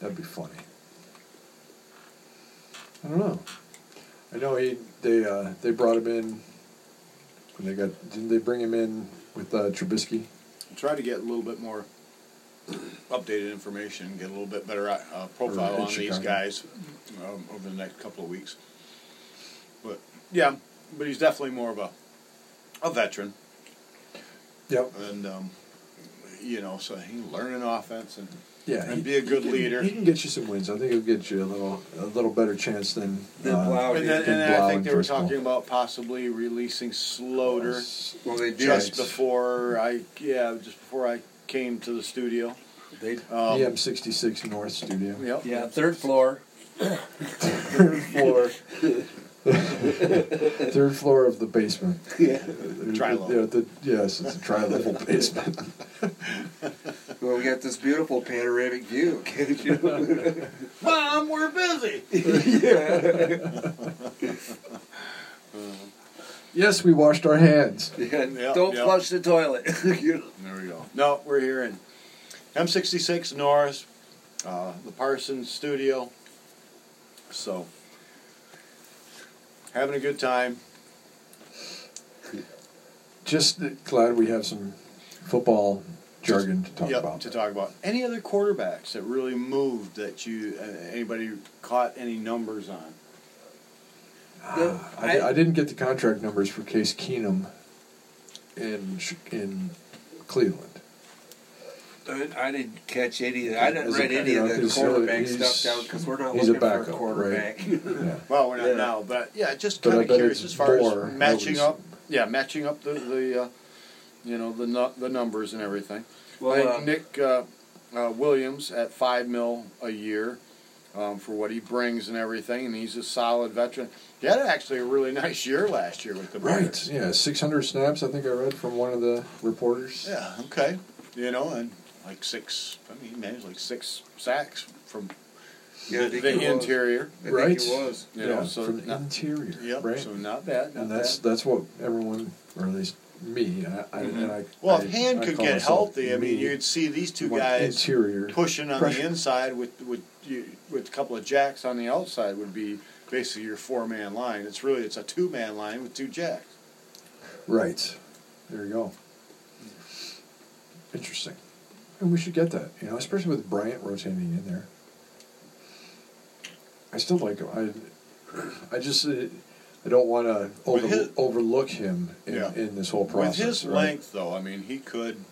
Speaker 1: That'd be funny. I don't know. I know he they uh, they brought him in when they got didn't they bring him in with uh, Trubisky?
Speaker 3: try to get a little bit more updated information, get a little bit better uh, profile
Speaker 1: Or in
Speaker 3: on these
Speaker 1: Chicago.
Speaker 3: guys um, over the next couple of weeks. But yeah, but he's definitely more of a a veteran,
Speaker 1: Yep.
Speaker 3: and um, you know, so he can learn an offense and
Speaker 1: Yeah.
Speaker 3: And be a good
Speaker 1: can-
Speaker 3: leader.
Speaker 1: He can get you some wins. I think he'll get you a little a little better chance than uh,
Speaker 2: Than Blau
Speaker 3: and then,
Speaker 2: Good
Speaker 3: and then I think they were
Speaker 1: Blau and
Speaker 3: talking about possibly releasing Slaughter
Speaker 2: Well, they did.
Speaker 3: just
Speaker 1: Yes.
Speaker 3: before I yeah just before I came to the studio.
Speaker 2: They,
Speaker 3: Um,
Speaker 1: EM sixty six North Studio.
Speaker 3: Yep.
Speaker 2: yeah, third floor.
Speaker 1: Third floor. Third floor of the basement.
Speaker 2: Yeah.
Speaker 3: Tri-level.
Speaker 1: Yeah, the, yes, it's a tri-level basement.
Speaker 2: Well, we got this beautiful panoramic view. Can't you?
Speaker 3: Mom, we're busy.
Speaker 1: Yes, we washed our hands.
Speaker 2: Yeah,
Speaker 3: Yeah,
Speaker 2: don't
Speaker 3: yeah.
Speaker 2: flush the toilet. You know?
Speaker 3: There we go. No, we're here in M66 Norris, uh, the Parsons studio. So, having a good time.
Speaker 1: Just glad we have some football jargon to talk
Speaker 3: Yep,
Speaker 1: about.
Speaker 3: to talk about. Any other quarterbacks that really moved that you uh, anybody caught any numbers on?
Speaker 1: Ah, I, di-
Speaker 2: I-
Speaker 1: I didn't get the contract numbers for Case Keenum in Ch- in Cleveland.
Speaker 2: I- I didn't catch any. Of, I didn't
Speaker 1: As a
Speaker 2: read any of
Speaker 1: back-
Speaker 2: the
Speaker 1: he's-
Speaker 2: quarterback
Speaker 1: he's-
Speaker 2: stuff down because we're not
Speaker 1: he's a
Speaker 2: looking for a
Speaker 1: backup, right?
Speaker 2: quarterback.
Speaker 1: Yeah.
Speaker 3: Well, we're not
Speaker 2: Yeah.
Speaker 3: now, but yeah, just
Speaker 1: But I
Speaker 3: kind of
Speaker 1: bet
Speaker 3: curious
Speaker 1: it's
Speaker 3: as far
Speaker 1: more
Speaker 3: as matching
Speaker 1: nobody's-
Speaker 3: up. Yeah, matching up the the uh, you know the nu- the numbers and everything.
Speaker 2: Well,
Speaker 3: I think
Speaker 2: uh,
Speaker 3: Nick uh, uh, Williams at five mil a year um, for what he brings and everything, and he's a solid veteran. He had actually a really nice year last year with the
Speaker 1: Right.
Speaker 3: Bears.
Speaker 1: Yeah, 600 snaps. I think I read from one of the reporters.
Speaker 3: Yeah. Okay. You know, and like six. I mean, he managed like six sacks from
Speaker 2: yeah, I
Speaker 3: the,
Speaker 2: think he was.
Speaker 3: interior.
Speaker 2: I think
Speaker 1: Right.
Speaker 2: he was.
Speaker 3: You
Speaker 1: Yeah,
Speaker 3: know, so
Speaker 1: from
Speaker 3: not-
Speaker 1: interior.
Speaker 3: Yep.
Speaker 1: Right.
Speaker 3: So not bad. Not
Speaker 1: and that's
Speaker 3: bad.
Speaker 1: that's what everyone, or at least me, I, I, and I
Speaker 3: Mm-hmm. Well,
Speaker 1: I,
Speaker 3: if Hand
Speaker 1: I
Speaker 3: could
Speaker 1: call
Speaker 3: get
Speaker 1: myself
Speaker 3: healthy, I
Speaker 1: me.
Speaker 3: mean, you'd see these two
Speaker 1: Want
Speaker 3: guys
Speaker 1: interior
Speaker 3: pushing on
Speaker 1: pressure.
Speaker 3: the inside with with you, with a couple of jacks on the outside would be basically your four man line. It's really it's a two man line with two jacks.
Speaker 1: Right. There you go. Interesting. And we should get that, you know, especially with Bryant rotating in there. I still like him. I, I just, uh, I don't want to over,
Speaker 3: With his-
Speaker 1: overlook him in,
Speaker 3: Yeah.
Speaker 1: in this whole process.
Speaker 3: with his
Speaker 1: right?
Speaker 3: length, though, I mean, he could.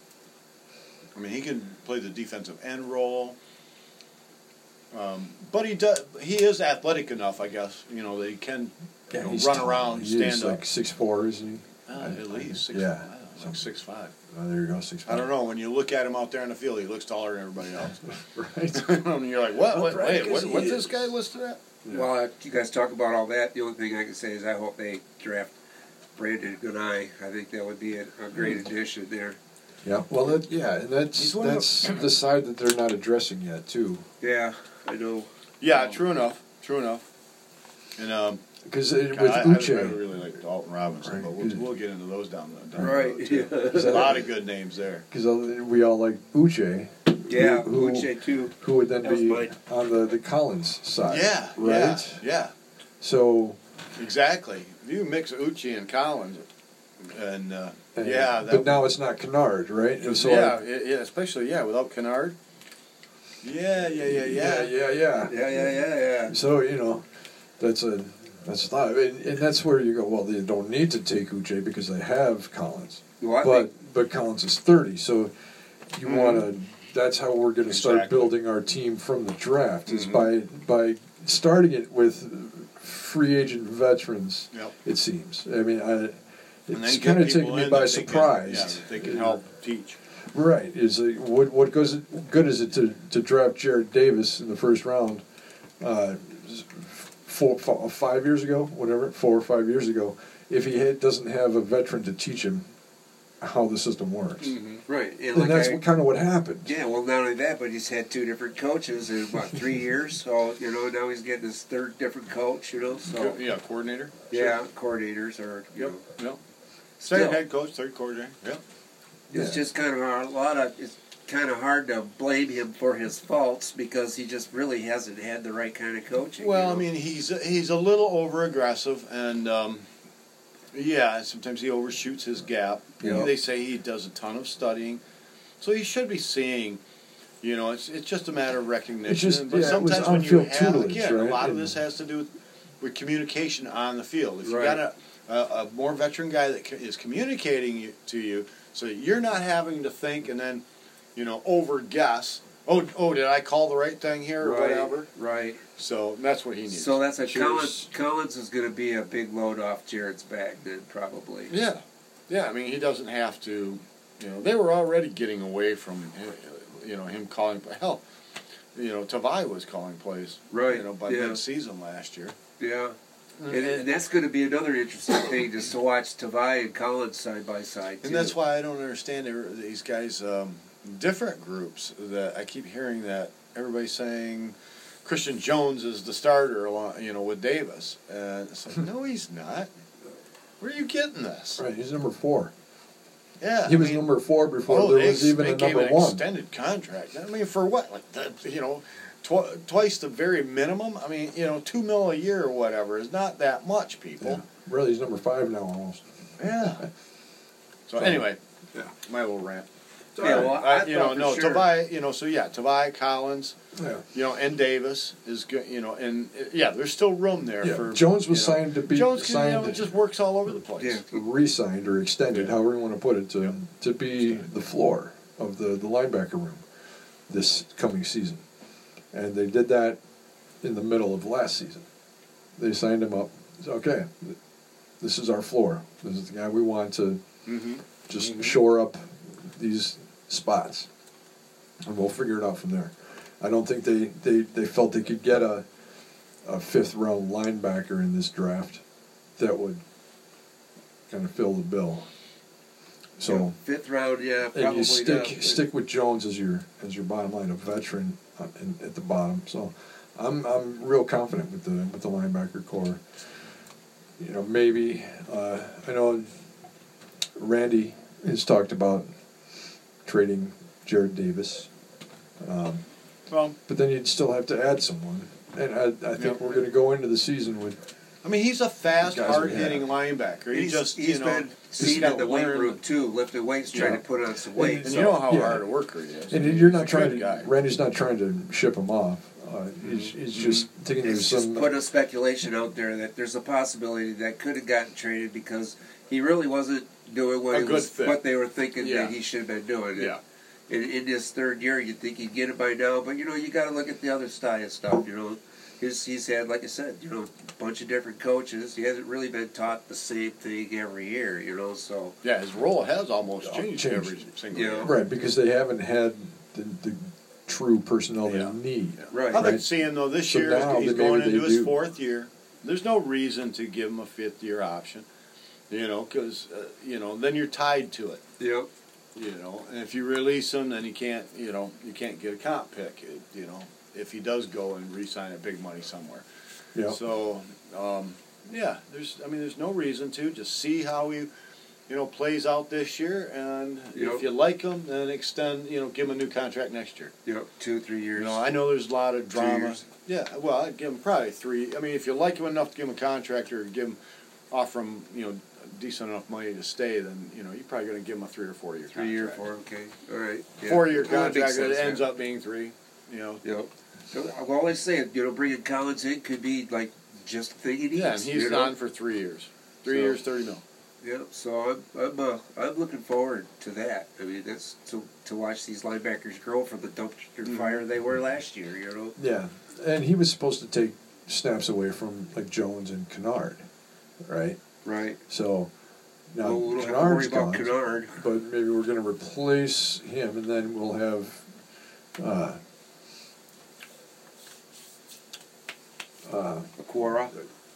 Speaker 3: I mean, he can play the defensive end role. Um, but he does. He is athletic enough, I guess. You know, that he can you know, run
Speaker 1: he's tall.
Speaker 3: around,
Speaker 1: He's
Speaker 3: stand up.
Speaker 1: like six four, isn't he?
Speaker 3: Uh, at least six.
Speaker 1: Yeah.
Speaker 3: five, like six five.
Speaker 1: Oh, there you go, six.
Speaker 3: I don't know. When you look at him out there in the field, he looks taller than everybody else.
Speaker 1: Right.
Speaker 3: and you're like, what? what
Speaker 1: Right, 'cause
Speaker 3: wait, what,
Speaker 1: he
Speaker 3: what's
Speaker 1: is.
Speaker 3: this guy listed at?
Speaker 1: Yeah.
Speaker 2: Well, uh, you guys talk about all that. The only thing I can say is I hope they draft Brandon Goodeye. I think that would be a, a great addition there.
Speaker 1: Yeah. Well, that, yeah, and that's
Speaker 2: He's one of
Speaker 1: that's the side that they're not addressing yet too,
Speaker 2: Yeah, I know.
Speaker 3: Yeah, true enough. True enough. And um,
Speaker 1: because with
Speaker 3: God, I, I
Speaker 1: Uche,
Speaker 3: really like Dalton Robinson,
Speaker 1: Right.
Speaker 3: but we'll, we'll get into those down the down the
Speaker 2: Right.
Speaker 3: road, too.
Speaker 2: Yeah.
Speaker 3: There's a lot of good names there.
Speaker 1: because uh, we all like Uche,
Speaker 2: Yeah,
Speaker 1: Who-
Speaker 2: Uche too.
Speaker 1: who would then
Speaker 2: That was
Speaker 1: be
Speaker 2: mine.
Speaker 1: on the the Collins side.
Speaker 3: Yeah.
Speaker 1: Right.
Speaker 3: Yeah.
Speaker 1: So
Speaker 3: yeah exactly. If you mix Uchi and Collins, and uh,
Speaker 1: and-
Speaker 3: yeah, that,
Speaker 1: but now it's not Kennard, right? And so
Speaker 3: yeah,
Speaker 1: like,
Speaker 3: yeah, yeah, especially yeah, without Kennard. Yeah, yeah, yeah,
Speaker 1: yeah,
Speaker 3: yeah.
Speaker 1: yeah,
Speaker 2: Yeah, yeah, yeah, yeah.
Speaker 1: So you know, that's a that's a thought, and, and that's where you go. Well, they don't need to take Uche because they have Collins,
Speaker 2: Well, I
Speaker 1: but
Speaker 2: think,
Speaker 1: but Collins is thirty, so you
Speaker 2: Mhm.
Speaker 1: want to. That's how we're going to start
Speaker 3: Mm-hmm. Exactly. Mm-hmm.
Speaker 1: building our team from the draft is by by starting it with free agent veterans.
Speaker 3: Yep.
Speaker 1: It seems. I mean, I.
Speaker 3: And
Speaker 1: It's
Speaker 3: then get
Speaker 1: kind of
Speaker 3: people
Speaker 1: taken me
Speaker 3: in
Speaker 1: by
Speaker 3: that they can- yeah,
Speaker 1: surprise.
Speaker 3: that they can help teach.
Speaker 1: Right. Is it, what what goes good is it to, to draft Jared Davis in the first round, uh, four, four five years ago, whatever, four or five years ago, if he had, doesn't have a veteran to teach him how the system works,
Speaker 3: Mm-hmm.
Speaker 2: right. And
Speaker 1: and
Speaker 2: like
Speaker 1: that's
Speaker 2: I,
Speaker 1: what, kind of what happened.
Speaker 2: yeah, well, not only that, but he's had two different coaches in about three years. So, you know, now he's getting his third different coach, you know. So,
Speaker 3: Co- Oh. Yeah, coordinator.
Speaker 2: yeah, coordinators are, you
Speaker 3: Yep.
Speaker 2: know.
Speaker 3: Yep.
Speaker 2: Still.
Speaker 3: Second head coach, third coordinator. Yep.
Speaker 2: It's
Speaker 1: Yeah.
Speaker 2: just kind of a lot of. It's kind of hard to blame him for his faults because he just really hasn't had the right kind of coaching. you
Speaker 3: Well, I
Speaker 2: know?
Speaker 3: mean, he's he's a little over aggressive, and um, yeah, sometimes he overshoots his gap.
Speaker 1: Yeah.
Speaker 3: They say he does a ton of studying, so he should be seeing. You know, it's it's just a matter of recognition.
Speaker 1: It's just-
Speaker 3: but
Speaker 1: yeah, it was
Speaker 3: sometimes when you
Speaker 1: on-field
Speaker 3: have
Speaker 1: tutelage,
Speaker 3: again, a
Speaker 1: right?
Speaker 3: lot of
Speaker 1: And-
Speaker 3: this has to do with, with communication on the field. If you
Speaker 2: Right.
Speaker 3: got a, a a more veteran guy that c- is communicating you, to you, so you're not having to think and then, you know, over guess. Oh, oh, did I call the right thing here or
Speaker 2: right,
Speaker 3: whatever?
Speaker 2: right.
Speaker 3: So that's what he needs.
Speaker 2: So that's a
Speaker 3: Cheers.
Speaker 2: Collins. Collins is going to be a big load off Jared's back then, probably.
Speaker 3: Yeah, yeah. I mean, he doesn't have to. You know, they were already getting away from you know him calling. Hell, you know, Tavai was calling plays.
Speaker 2: Right,
Speaker 3: You know, by
Speaker 2: yeah.
Speaker 3: mid-season last year.
Speaker 2: Yeah, and,
Speaker 3: Mm-hmm.
Speaker 2: and that's going to be another interesting thing just to watch Tavai and Collins side by side.
Speaker 3: And that's why I don't understand every- these guys. Um, different groups that I keep hearing that everybody's saying Christian Jones is the starter. along- You know, with Davis, and it's like, no, he's not. Where are you getting this?
Speaker 1: Right. He's number four.
Speaker 3: Yeah,
Speaker 1: He
Speaker 3: I
Speaker 1: was
Speaker 3: mean-
Speaker 1: number four before
Speaker 3: oh,
Speaker 1: there
Speaker 3: they,
Speaker 1: was even
Speaker 3: they
Speaker 1: a
Speaker 3: gave
Speaker 1: number
Speaker 3: an
Speaker 1: one.
Speaker 3: extended contract. I mean, for what? Like, the, you know, tw- twice the very minimum. I mean, you know, two mil a year or whatever is not that much,
Speaker 1: Yeah.
Speaker 3: people.
Speaker 1: Really, he's number five now almost.
Speaker 3: Yeah. so anyway,
Speaker 2: Yeah.
Speaker 3: my little rant.
Speaker 2: Yeah, well, I,
Speaker 3: Uh, you know,
Speaker 2: thought
Speaker 3: no,
Speaker 2: for sure-
Speaker 3: Tavai, you know, so yeah, Tavai Collins,
Speaker 1: Yeah.
Speaker 3: you know, and Davis is good, you know, and uh, yeah, there's still room there
Speaker 1: Yeah,
Speaker 3: for
Speaker 1: Jones was
Speaker 3: you know,
Speaker 1: signed to be
Speaker 3: Jones, can, you
Speaker 1: signed
Speaker 3: know, just works all over the place.
Speaker 2: Yeah.
Speaker 1: re-signed or extended,
Speaker 3: Yeah.
Speaker 1: however you want to put it, to
Speaker 3: Yeah.
Speaker 1: to be the floor of the, the linebacker room this coming season. And they did that in the middle of last season. They signed him up. It's, okay, th- this is our floor. This is the guy we want to
Speaker 3: Mm-hmm.
Speaker 1: just shore up these spots, and we'll figure it out from there. I don't think they, they, they felt they could get a a fifth round linebacker in this draft that would kind of fill the bill. So
Speaker 2: fifth round, yeah, probably
Speaker 1: and you stick
Speaker 2: not.
Speaker 1: stick with Jones as your as your bottom line, a veteran uh, in, at the bottom. So I'm I'm real confident with the with the linebacker core. You know, maybe uh, I know Randy has talked about trading Jared Davis, um,
Speaker 3: Well,
Speaker 1: but then you'd still have to add someone, and I, I think
Speaker 3: Yep.
Speaker 1: we're going to go into the season with
Speaker 3: I mean, he's a fast,
Speaker 1: Guys are-
Speaker 3: hard-hitting linebacker. He
Speaker 2: He's,
Speaker 3: just,
Speaker 2: he's
Speaker 3: you know,
Speaker 2: been
Speaker 3: he's
Speaker 2: seen
Speaker 3: got
Speaker 2: in the weight
Speaker 3: learn-
Speaker 2: room too, lifting weights, trying
Speaker 1: Yeah.
Speaker 2: to put on some weight.
Speaker 3: And
Speaker 1: So-
Speaker 3: you know how
Speaker 1: yeah.
Speaker 3: hard a worker he is. I mean,
Speaker 1: And you're
Speaker 3: he's a
Speaker 1: not trying
Speaker 3: good
Speaker 1: to.
Speaker 3: guy.
Speaker 1: Randy's not trying to ship him off. Uh, he's, he's just thinking
Speaker 2: It's
Speaker 1: there's
Speaker 2: just
Speaker 1: some
Speaker 2: putting a speculation out there that there's a possibility that could have gotten traded because he really wasn't doing what
Speaker 3: A
Speaker 2: he
Speaker 3: good
Speaker 2: was,
Speaker 3: fit.
Speaker 2: what they were thinking
Speaker 3: Yeah.
Speaker 2: that he should have been doing.
Speaker 3: Yeah.
Speaker 2: in, in his third year. You'd think he'd get it by now, but you know you got to look at the other side of stuff. You know, he's he's had like I said, you know, a bunch of different coaches. He hasn't really been taught the same thing every year. You know, so
Speaker 3: Yeah, his role has almost changed,
Speaker 1: Changed.
Speaker 3: every single
Speaker 2: Yeah.
Speaker 3: year.
Speaker 1: Right, because they haven't had the, the true personnel they
Speaker 3: Yeah.
Speaker 1: need.
Speaker 2: right.
Speaker 4: I like
Speaker 1: Right.
Speaker 3: seeing though this
Speaker 1: So
Speaker 3: year
Speaker 1: now
Speaker 3: he's
Speaker 1: that maybe
Speaker 3: going
Speaker 1: they
Speaker 3: into his
Speaker 1: do.
Speaker 3: fourth year. There's no reason to give him a fifth year option, you know, because uh, you know then you're tied to it,
Speaker 2: Yep.
Speaker 3: you know. And if you release him, then you can't, you know, you can't get a comp pick, it- you know, if he does go and re-sign a big money somewhere.
Speaker 1: Yeah.
Speaker 3: So, um, yeah, there's I mean there's no reason to just see how he, you know, plays out this year, and
Speaker 2: Yep.
Speaker 3: if you like him, then extend, you know, give him a new contract next year.
Speaker 2: Yep. Two three years.
Speaker 3: You know, I know there's a lot of drama.
Speaker 2: years.
Speaker 3: Yeah, well, I'd give him probably three. I mean, if you like him enough to give him a contract or give him, offer him, you know, decent enough money to stay, then, you know, you're probably going to give him a three or four year
Speaker 2: Three year,
Speaker 3: contract.
Speaker 2: four, okay, all right. yeah.
Speaker 3: Four year
Speaker 2: Well, that makes
Speaker 3: contract that
Speaker 2: sense,
Speaker 3: ends
Speaker 2: yeah.
Speaker 3: up being three, you know.
Speaker 2: Yep. So I'm always saying, you know, bringing Collins in could be like just the thing he needs.
Speaker 3: Yeah, and
Speaker 2: you
Speaker 3: he's
Speaker 2: know?
Speaker 3: on for three years. Three
Speaker 2: So-
Speaker 3: years, 30 mil.
Speaker 2: Yep. So I'm I'm uh, I'm looking forward to that. I mean, that's to to watch these linebackers grow from the dumpster
Speaker 3: Mm-hmm.
Speaker 2: fire they were last year. You know.
Speaker 1: Yeah, and he was supposed to take snaps away from like Jones and Kennard, right?
Speaker 2: Right.
Speaker 1: So now
Speaker 2: well, we don't have to worry
Speaker 1: Kennard's gone,
Speaker 2: about Kennard.
Speaker 1: but maybe we're going to replace him, and then we'll have. Uh, uh,
Speaker 2: Aquara.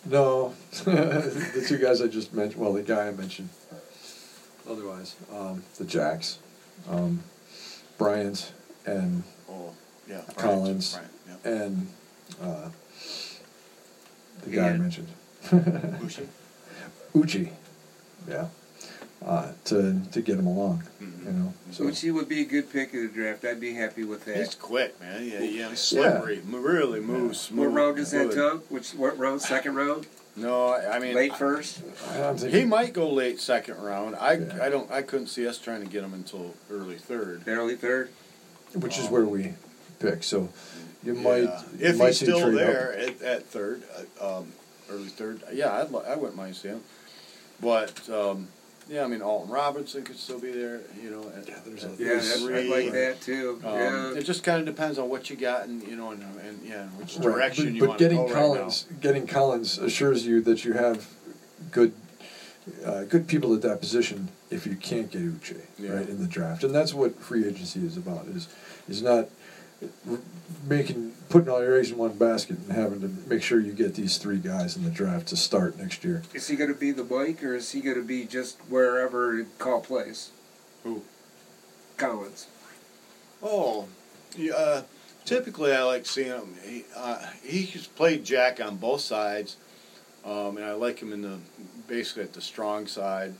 Speaker 1: no, the two guys I just mentioned. Well, the guy I mentioned. Otherwise, um, the Jacks, um, Bryant, and
Speaker 3: Oh, yeah. Bryant,
Speaker 1: Collins.
Speaker 3: Bryant, yeah.
Speaker 1: and uh, the guy I
Speaker 2: And-
Speaker 1: mentioned,
Speaker 3: Bushi?
Speaker 1: Uchi, yeah, uh, to to get him along,
Speaker 3: Mm-hmm.
Speaker 1: you know. So
Speaker 2: Which he would be a good pick in the draft. I'd be happy with that.
Speaker 3: He's quick, man. Yeah, yeah. He's slippery. Mo- Really moves
Speaker 2: what
Speaker 3: smooth.
Speaker 2: round is that,
Speaker 3: good.
Speaker 2: Doug? Which what round? Second round?
Speaker 3: No, I I mean.
Speaker 2: Late first?
Speaker 1: I'm
Speaker 3: He
Speaker 1: thinking,
Speaker 3: might go late second round. I,
Speaker 1: Yeah.
Speaker 3: I don't I couldn't see us trying to get him until early third.
Speaker 2: Barely third?
Speaker 1: which is where we pick. So you
Speaker 3: Yeah.
Speaker 1: might you
Speaker 3: if
Speaker 1: might
Speaker 3: he's
Speaker 1: see
Speaker 3: still
Speaker 1: trade up.
Speaker 3: there at, at third, uh, um, early third. Yeah, I'd, li- I wouldn't mind seeing him. But um, yeah, I mean Alton Robinson could still be there. You know, at,
Speaker 1: Yeah, there's
Speaker 3: at
Speaker 1: a-
Speaker 2: Yeah, that's, I like
Speaker 3: three.
Speaker 2: that too.
Speaker 3: Um,
Speaker 2: yeah.
Speaker 3: It just kind of depends on what you got and you know and, and yeah, and which
Speaker 1: Right,
Speaker 3: direction
Speaker 1: but,
Speaker 3: you
Speaker 1: but
Speaker 3: want
Speaker 1: getting
Speaker 3: to go
Speaker 1: Collins, getting Collins assures you that you have good, uh, good people at that position. If you can't get Uche
Speaker 3: Yeah.
Speaker 1: right in the draft, and that's what free agency is about is is not r- making putting all your eggs in one basket and having to make sure you get these three guys in the draft to start next year.
Speaker 2: Is he going to be the Mike, or is he going to be just wherever call plays?
Speaker 3: Who?
Speaker 2: Collins.
Speaker 3: Oh, yeah. Uh, typically, I like seeing him. He uh, he's played Jack on both sides, um, and I like him in the basically at the strong side,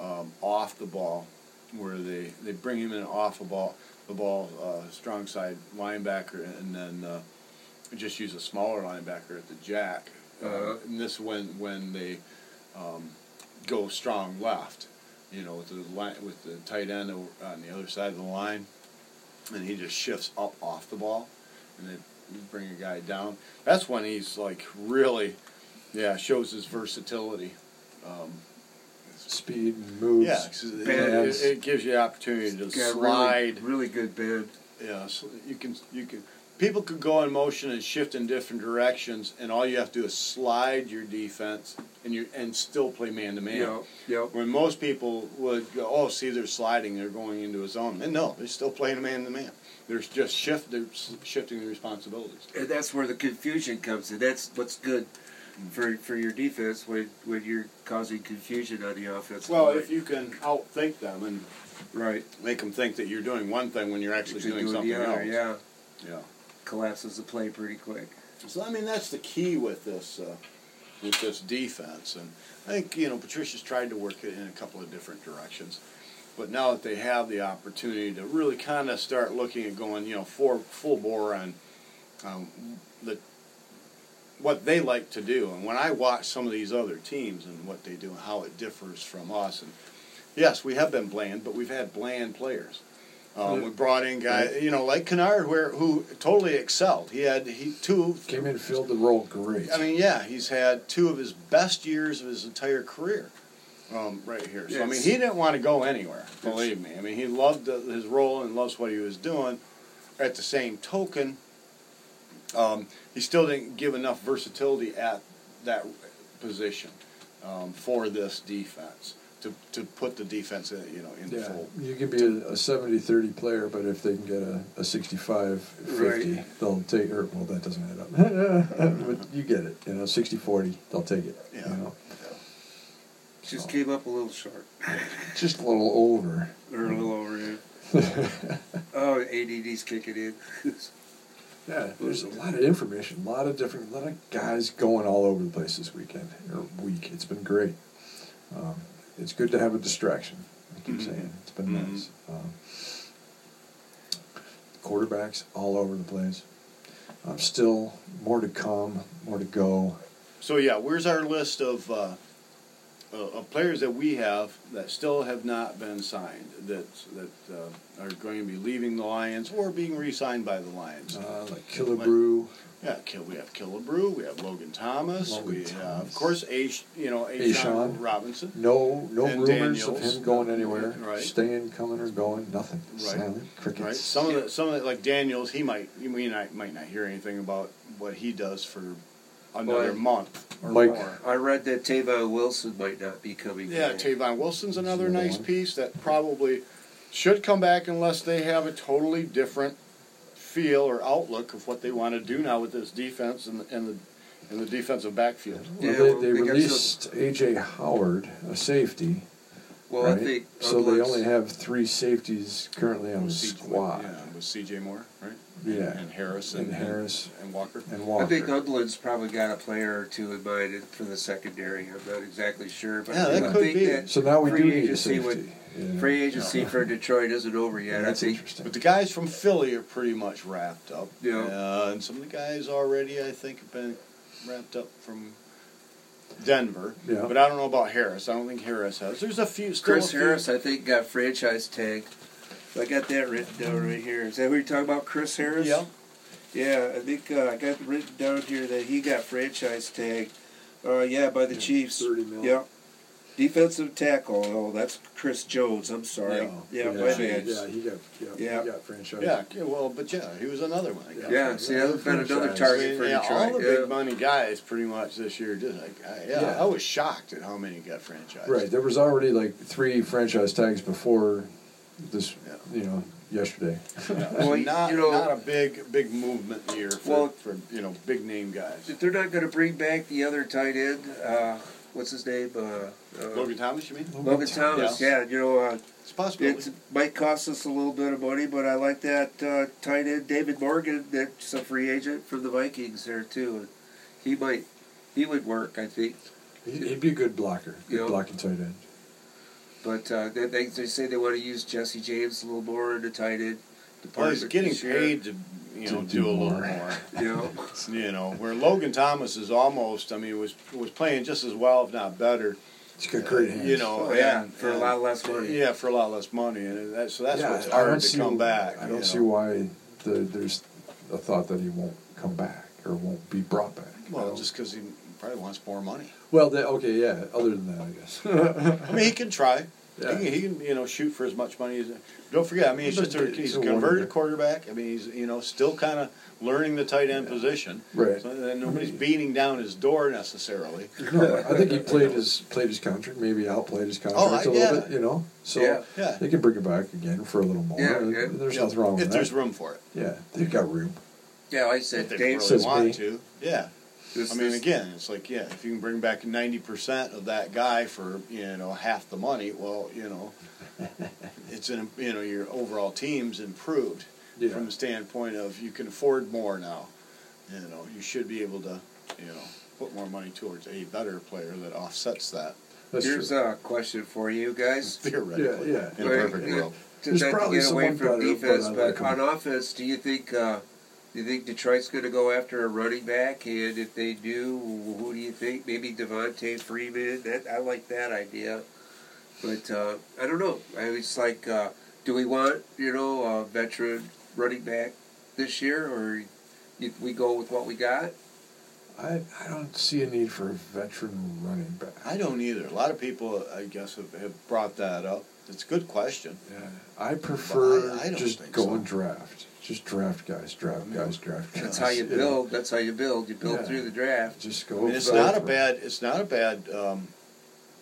Speaker 3: um, off the ball, where they, they bring him in off the ball, the ball uh, strong side linebacker, and then uh, just use a smaller linebacker at the Jack.
Speaker 2: Uh-huh.
Speaker 3: Uh, and this when when they um, go strong left, you know, with the line, with the tight end o- on the other side of the line and he just shifts up off the ball, and they bring a guy down. That's when he's like really, yeah, shows his versatility. Um,
Speaker 1: Speed and moves.
Speaker 3: yeah, 'cause it,
Speaker 1: Bands.
Speaker 3: it, it gives you the opportunity to
Speaker 2: He's got a
Speaker 3: slide.
Speaker 2: Really, really good bid.
Speaker 3: Yeah, so you can you can people could go in motion and shift in different directions, and all you have to do is slide your defense, and you and still play man to man.
Speaker 2: Yep. Yep.
Speaker 3: When most people would go, oh, see, they're sliding, they're going into a zone. And no, they're still playing man to man. They're just shift, they're s- shifting the responsibilities.
Speaker 2: And that's where the confusion comes in. That's what's good for for your defense when when you're causing confusion on the offense.
Speaker 3: Well,
Speaker 2: line.
Speaker 3: if you can outthink them and
Speaker 2: right,
Speaker 3: make them think that you're doing one thing when you're actually
Speaker 2: You could
Speaker 3: doing
Speaker 2: do it
Speaker 3: something
Speaker 2: the other,
Speaker 3: else.
Speaker 2: yeah,
Speaker 3: yeah.
Speaker 2: collapses the play pretty quick.
Speaker 3: So I mean, that's the key with this uh, with this defense, and I think you know Patricia's tried to work it in a couple of different directions, but now that they have the opportunity to really kind of start looking at going, you know, for full bore on um, the what they like to do, and when I watch some of these other teams and what they do and how it differs from us, and yes, we have been bland, but we've had bland players. Um, we brought in guys, you know, like Kennard, where who totally excelled. He had he two
Speaker 1: Came in, filled the role great.
Speaker 3: I mean, yeah, he's had two of his best years of his entire career. um, right here. So I
Speaker 2: Yes.
Speaker 3: mean, he didn't want to go anywhere. Believe me. I mean, he loved the, his role and loves what he was doing. At the same token, um, he still didn't give enough versatility at that position um, for this defense to, to put the defense in, you know in the
Speaker 1: Yeah,
Speaker 3: fold.
Speaker 1: you can be a, a 70 30 player, but if they can get a, a 65 50,
Speaker 2: Right.
Speaker 1: they'll take or Well, that doesn't add up. but you get it. You know, 60 40, they'll take it.
Speaker 3: Yeah.
Speaker 1: You know,
Speaker 2: Just came up a little short,
Speaker 1: just a little over.
Speaker 2: or a little over here. oh, ADD's kicking in.
Speaker 1: Yeah, there's a lot of information, a lot of different, a lot of guys going all over the place this weekend or week. It's been great. Um, it's good to have a distraction. I keep
Speaker 3: Mhm.
Speaker 1: saying it's been
Speaker 3: Mhm.
Speaker 1: nice. Um, quarterbacks all over the place. I'm still more to come, more to go.
Speaker 3: So yeah, where's our list of uh, uh, of players that we have that still have not been signed that that uh, are going to be leaving the Lions or being re-signed by the Lions?
Speaker 1: Uh, like Killebrew,
Speaker 3: yeah, Kill, we have Killebrew, we have Logan Thomas,
Speaker 1: Logan
Speaker 3: we have
Speaker 1: Thomas.
Speaker 3: of course A, you know, Ashawn
Speaker 1: A'Shawn.
Speaker 3: Robinson.
Speaker 1: no, no
Speaker 3: And
Speaker 1: rumors of
Speaker 3: Daniels.
Speaker 1: him going anywhere,
Speaker 3: Right.
Speaker 1: staying, coming, or going. Nothing.
Speaker 3: Right.
Speaker 1: Silent crickets.
Speaker 3: Right. Some of the, some of the, like Daniels, he might you mean I might not hear anything about what he does for another
Speaker 2: Well,
Speaker 3: month or
Speaker 1: Mike-
Speaker 3: more.
Speaker 2: I read that Tavon Wilson might not be coming.
Speaker 3: Yeah,
Speaker 2: back.
Speaker 3: Tavon Wilson's another
Speaker 1: Another
Speaker 3: nice
Speaker 1: one.
Speaker 3: piece that probably should come back unless they have a totally different feel or outlook of what they want to do now with this defense and, and the and the defensive backfield.
Speaker 1: Well,
Speaker 2: Yeah,
Speaker 1: they,
Speaker 2: well,
Speaker 1: they
Speaker 2: they got some-
Speaker 1: released AJ Howard, a safety.
Speaker 2: Well,
Speaker 1: right?
Speaker 2: I think
Speaker 1: so. They
Speaker 2: unless-
Speaker 1: only have three safeties currently on the
Speaker 3: With CJ
Speaker 1: squad.
Speaker 3: Yeah, with C.J. Moore, right?
Speaker 1: Yeah.
Speaker 3: and Harris
Speaker 1: And Harris.
Speaker 3: and Walker.
Speaker 1: And
Speaker 2: I
Speaker 1: Walker.
Speaker 2: think Udland's probably got a player or two in mind for the secondary. I'm not exactly sure, but
Speaker 3: Yeah,
Speaker 2: I
Speaker 3: that
Speaker 2: think
Speaker 3: could be.
Speaker 2: that
Speaker 1: so now we
Speaker 2: free
Speaker 1: do need a
Speaker 2: agency
Speaker 1: safety.
Speaker 2: would-
Speaker 1: yeah.
Speaker 2: free agency for Detroit isn't over yet.
Speaker 1: That's
Speaker 2: I think
Speaker 1: interesting.
Speaker 3: But the guys from Philly are pretty much wrapped up.
Speaker 2: Yeah.
Speaker 3: Uh, and some of the guys already, I think, have been wrapped up from Denver.
Speaker 1: Yeah.
Speaker 3: But I don't know about Harris. I don't think Harris has. There's a few. Still a
Speaker 2: Chris
Speaker 3: few-
Speaker 2: Harris, I think, got franchise tag. I got that written down right here. Is that what you're talking about, Chris Harris?
Speaker 3: Yeah.
Speaker 2: Yeah, I think uh, I got written down here that he got franchise tag. Uh, yeah, by the Chiefs.
Speaker 1: 30 mil.
Speaker 2: Yeah. Defensive tackle. Oh, that's Chris Jones. I'm sorry.
Speaker 3: Oh,
Speaker 2: Yeah, my bad.
Speaker 1: Yeah, he got, yeah,
Speaker 2: Yeah.
Speaker 1: He got franchise.
Speaker 3: Yeah, yeah, well, but yeah, he was another one. I guess.
Speaker 2: Yeah, see, that's been another
Speaker 1: Franchise.
Speaker 3: I
Speaker 2: target
Speaker 3: mean,
Speaker 2: for
Speaker 3: yeah, all the
Speaker 2: Detroit.
Speaker 3: big
Speaker 2: yeah.
Speaker 3: money guys pretty much this year did. Like, I, yeah,
Speaker 1: Yeah.
Speaker 3: I was shocked at how many got franchised.
Speaker 1: Right. There was already like three franchise tags before this,
Speaker 3: Yeah.
Speaker 1: you know, yesterday.
Speaker 3: Yeah.
Speaker 2: Well,
Speaker 3: not,
Speaker 2: you know-
Speaker 3: not a big big movement year for,
Speaker 2: Well-
Speaker 3: for you know big name guys.
Speaker 2: If they're not going to bring back the other tight end, uh, what's his name? Uh, uh,
Speaker 3: Logan Thomas, you mean?
Speaker 2: Logan Thomas.
Speaker 3: Yeah.
Speaker 2: Yeah, you know, uh,
Speaker 3: It's possible.
Speaker 2: it might cost us a little bit of money, but I like that uh, tight end David Morgan. That's a free agent from the Vikings there too. He might, he would work, I think.
Speaker 1: He- He'd be a good blocker, good
Speaker 2: Yeah.
Speaker 1: blocking tight end.
Speaker 2: But uh, they, they they say they want to use Jesse James a little more in the tight end
Speaker 3: Well,
Speaker 2: department.
Speaker 3: he's getting
Speaker 2: this year,
Speaker 3: paid to you know
Speaker 1: To
Speaker 3: do,
Speaker 1: do
Speaker 3: a little
Speaker 1: more.
Speaker 3: more.
Speaker 2: You know,
Speaker 3: you know, where Logan Thomas is almost. I mean, was was playing just as well, if not better.
Speaker 1: He's got great hands.
Speaker 3: You know,
Speaker 2: Oh, yeah,
Speaker 3: and-
Speaker 2: for a
Speaker 3: and-
Speaker 2: lot less money.
Speaker 3: Yeah, for a lot less money, and that, so that's
Speaker 1: Yeah,
Speaker 3: what's
Speaker 1: I don't
Speaker 3: hard to
Speaker 1: see-
Speaker 3: come back.
Speaker 1: I
Speaker 3: you
Speaker 1: don't see
Speaker 3: know.
Speaker 1: why the, there's a thought that he won't come back or won't be brought back.
Speaker 3: Well, just because he probably wants more money.
Speaker 1: well, that, okay, yeah. Other than that, I guess.
Speaker 3: I mean, he can try.
Speaker 1: Yeah.
Speaker 3: He, can, he can, you know, shoot for as much money as. Don't forget, I mean, he's
Speaker 1: But
Speaker 3: just a,
Speaker 1: it's
Speaker 3: he's
Speaker 1: a
Speaker 3: a converted
Speaker 1: wonder.
Speaker 3: quarterback. I mean, he's you know still kind of learning the tight end position.
Speaker 1: Right.
Speaker 3: So then nobody's beating down his door necessarily.
Speaker 1: no, I think he played his played his contract. Maybe outplayed his contract
Speaker 3: Oh, I-
Speaker 1: a little
Speaker 3: yeah.
Speaker 1: bit. You know, so
Speaker 2: Yeah.
Speaker 3: Yeah.
Speaker 1: they can bring it back again for a little more.
Speaker 2: Yeah, yeah.
Speaker 1: There's
Speaker 3: Yeah,
Speaker 1: nothing wrong
Speaker 3: if
Speaker 1: with
Speaker 3: there's
Speaker 1: that.
Speaker 3: room for it.
Speaker 1: yeah, they've got room.
Speaker 2: yeah, like I
Speaker 3: If
Speaker 2: said,
Speaker 3: they
Speaker 2: Dave.
Speaker 3: really
Speaker 1: Says me.
Speaker 3: want to, yeah.
Speaker 2: this-
Speaker 3: I mean,
Speaker 2: this-
Speaker 3: again, it's like yeah, if you can bring back ninety percent of that guy for you know half the money, well, you know, it's an you know your overall team's improved
Speaker 1: Yeah.
Speaker 3: from the standpoint of you can afford more now. You know, you should be able to you know put more money towards a better player that offsets that
Speaker 1: That's
Speaker 2: Here's
Speaker 1: true.
Speaker 2: a question for you guys.
Speaker 3: theoretically
Speaker 1: Yeah, yeah.
Speaker 3: in a
Speaker 2: Right,
Speaker 3: perfect
Speaker 2: yeah.
Speaker 3: world.
Speaker 2: Just
Speaker 1: There's
Speaker 2: not to
Speaker 1: probably
Speaker 2: get away
Speaker 1: someone
Speaker 2: from
Speaker 1: better,
Speaker 2: defense,
Speaker 1: but I
Speaker 2: but,
Speaker 1: like
Speaker 2: on offense, do you think uh, do you think Detroit's going to go after a running back? And if they do, who do you think? Maybe Devontae Freeman. That I like that idea, but uh, I don't know. I mean, it's like, uh, do we want you know a veteran running back this year, or you, we go with what we got?
Speaker 1: I, I don't see a need for a veteran running back.
Speaker 3: I don't either. A lot of people, I guess, have, have brought that up. It's a good question.
Speaker 1: Yeah. I prefer
Speaker 3: I don't
Speaker 1: just
Speaker 3: think
Speaker 1: go
Speaker 3: so.
Speaker 1: and draft. Just draft guys, draft
Speaker 3: I mean,
Speaker 1: guys, draft guys.
Speaker 2: That's how you
Speaker 1: Yeah.
Speaker 2: build. That's how you build. You build
Speaker 1: Yeah.
Speaker 2: through the draft.
Speaker 1: Just
Speaker 3: I
Speaker 1: go.
Speaker 3: mean, it's
Speaker 1: build
Speaker 3: not a
Speaker 1: them.
Speaker 3: bad. It's not a bad um,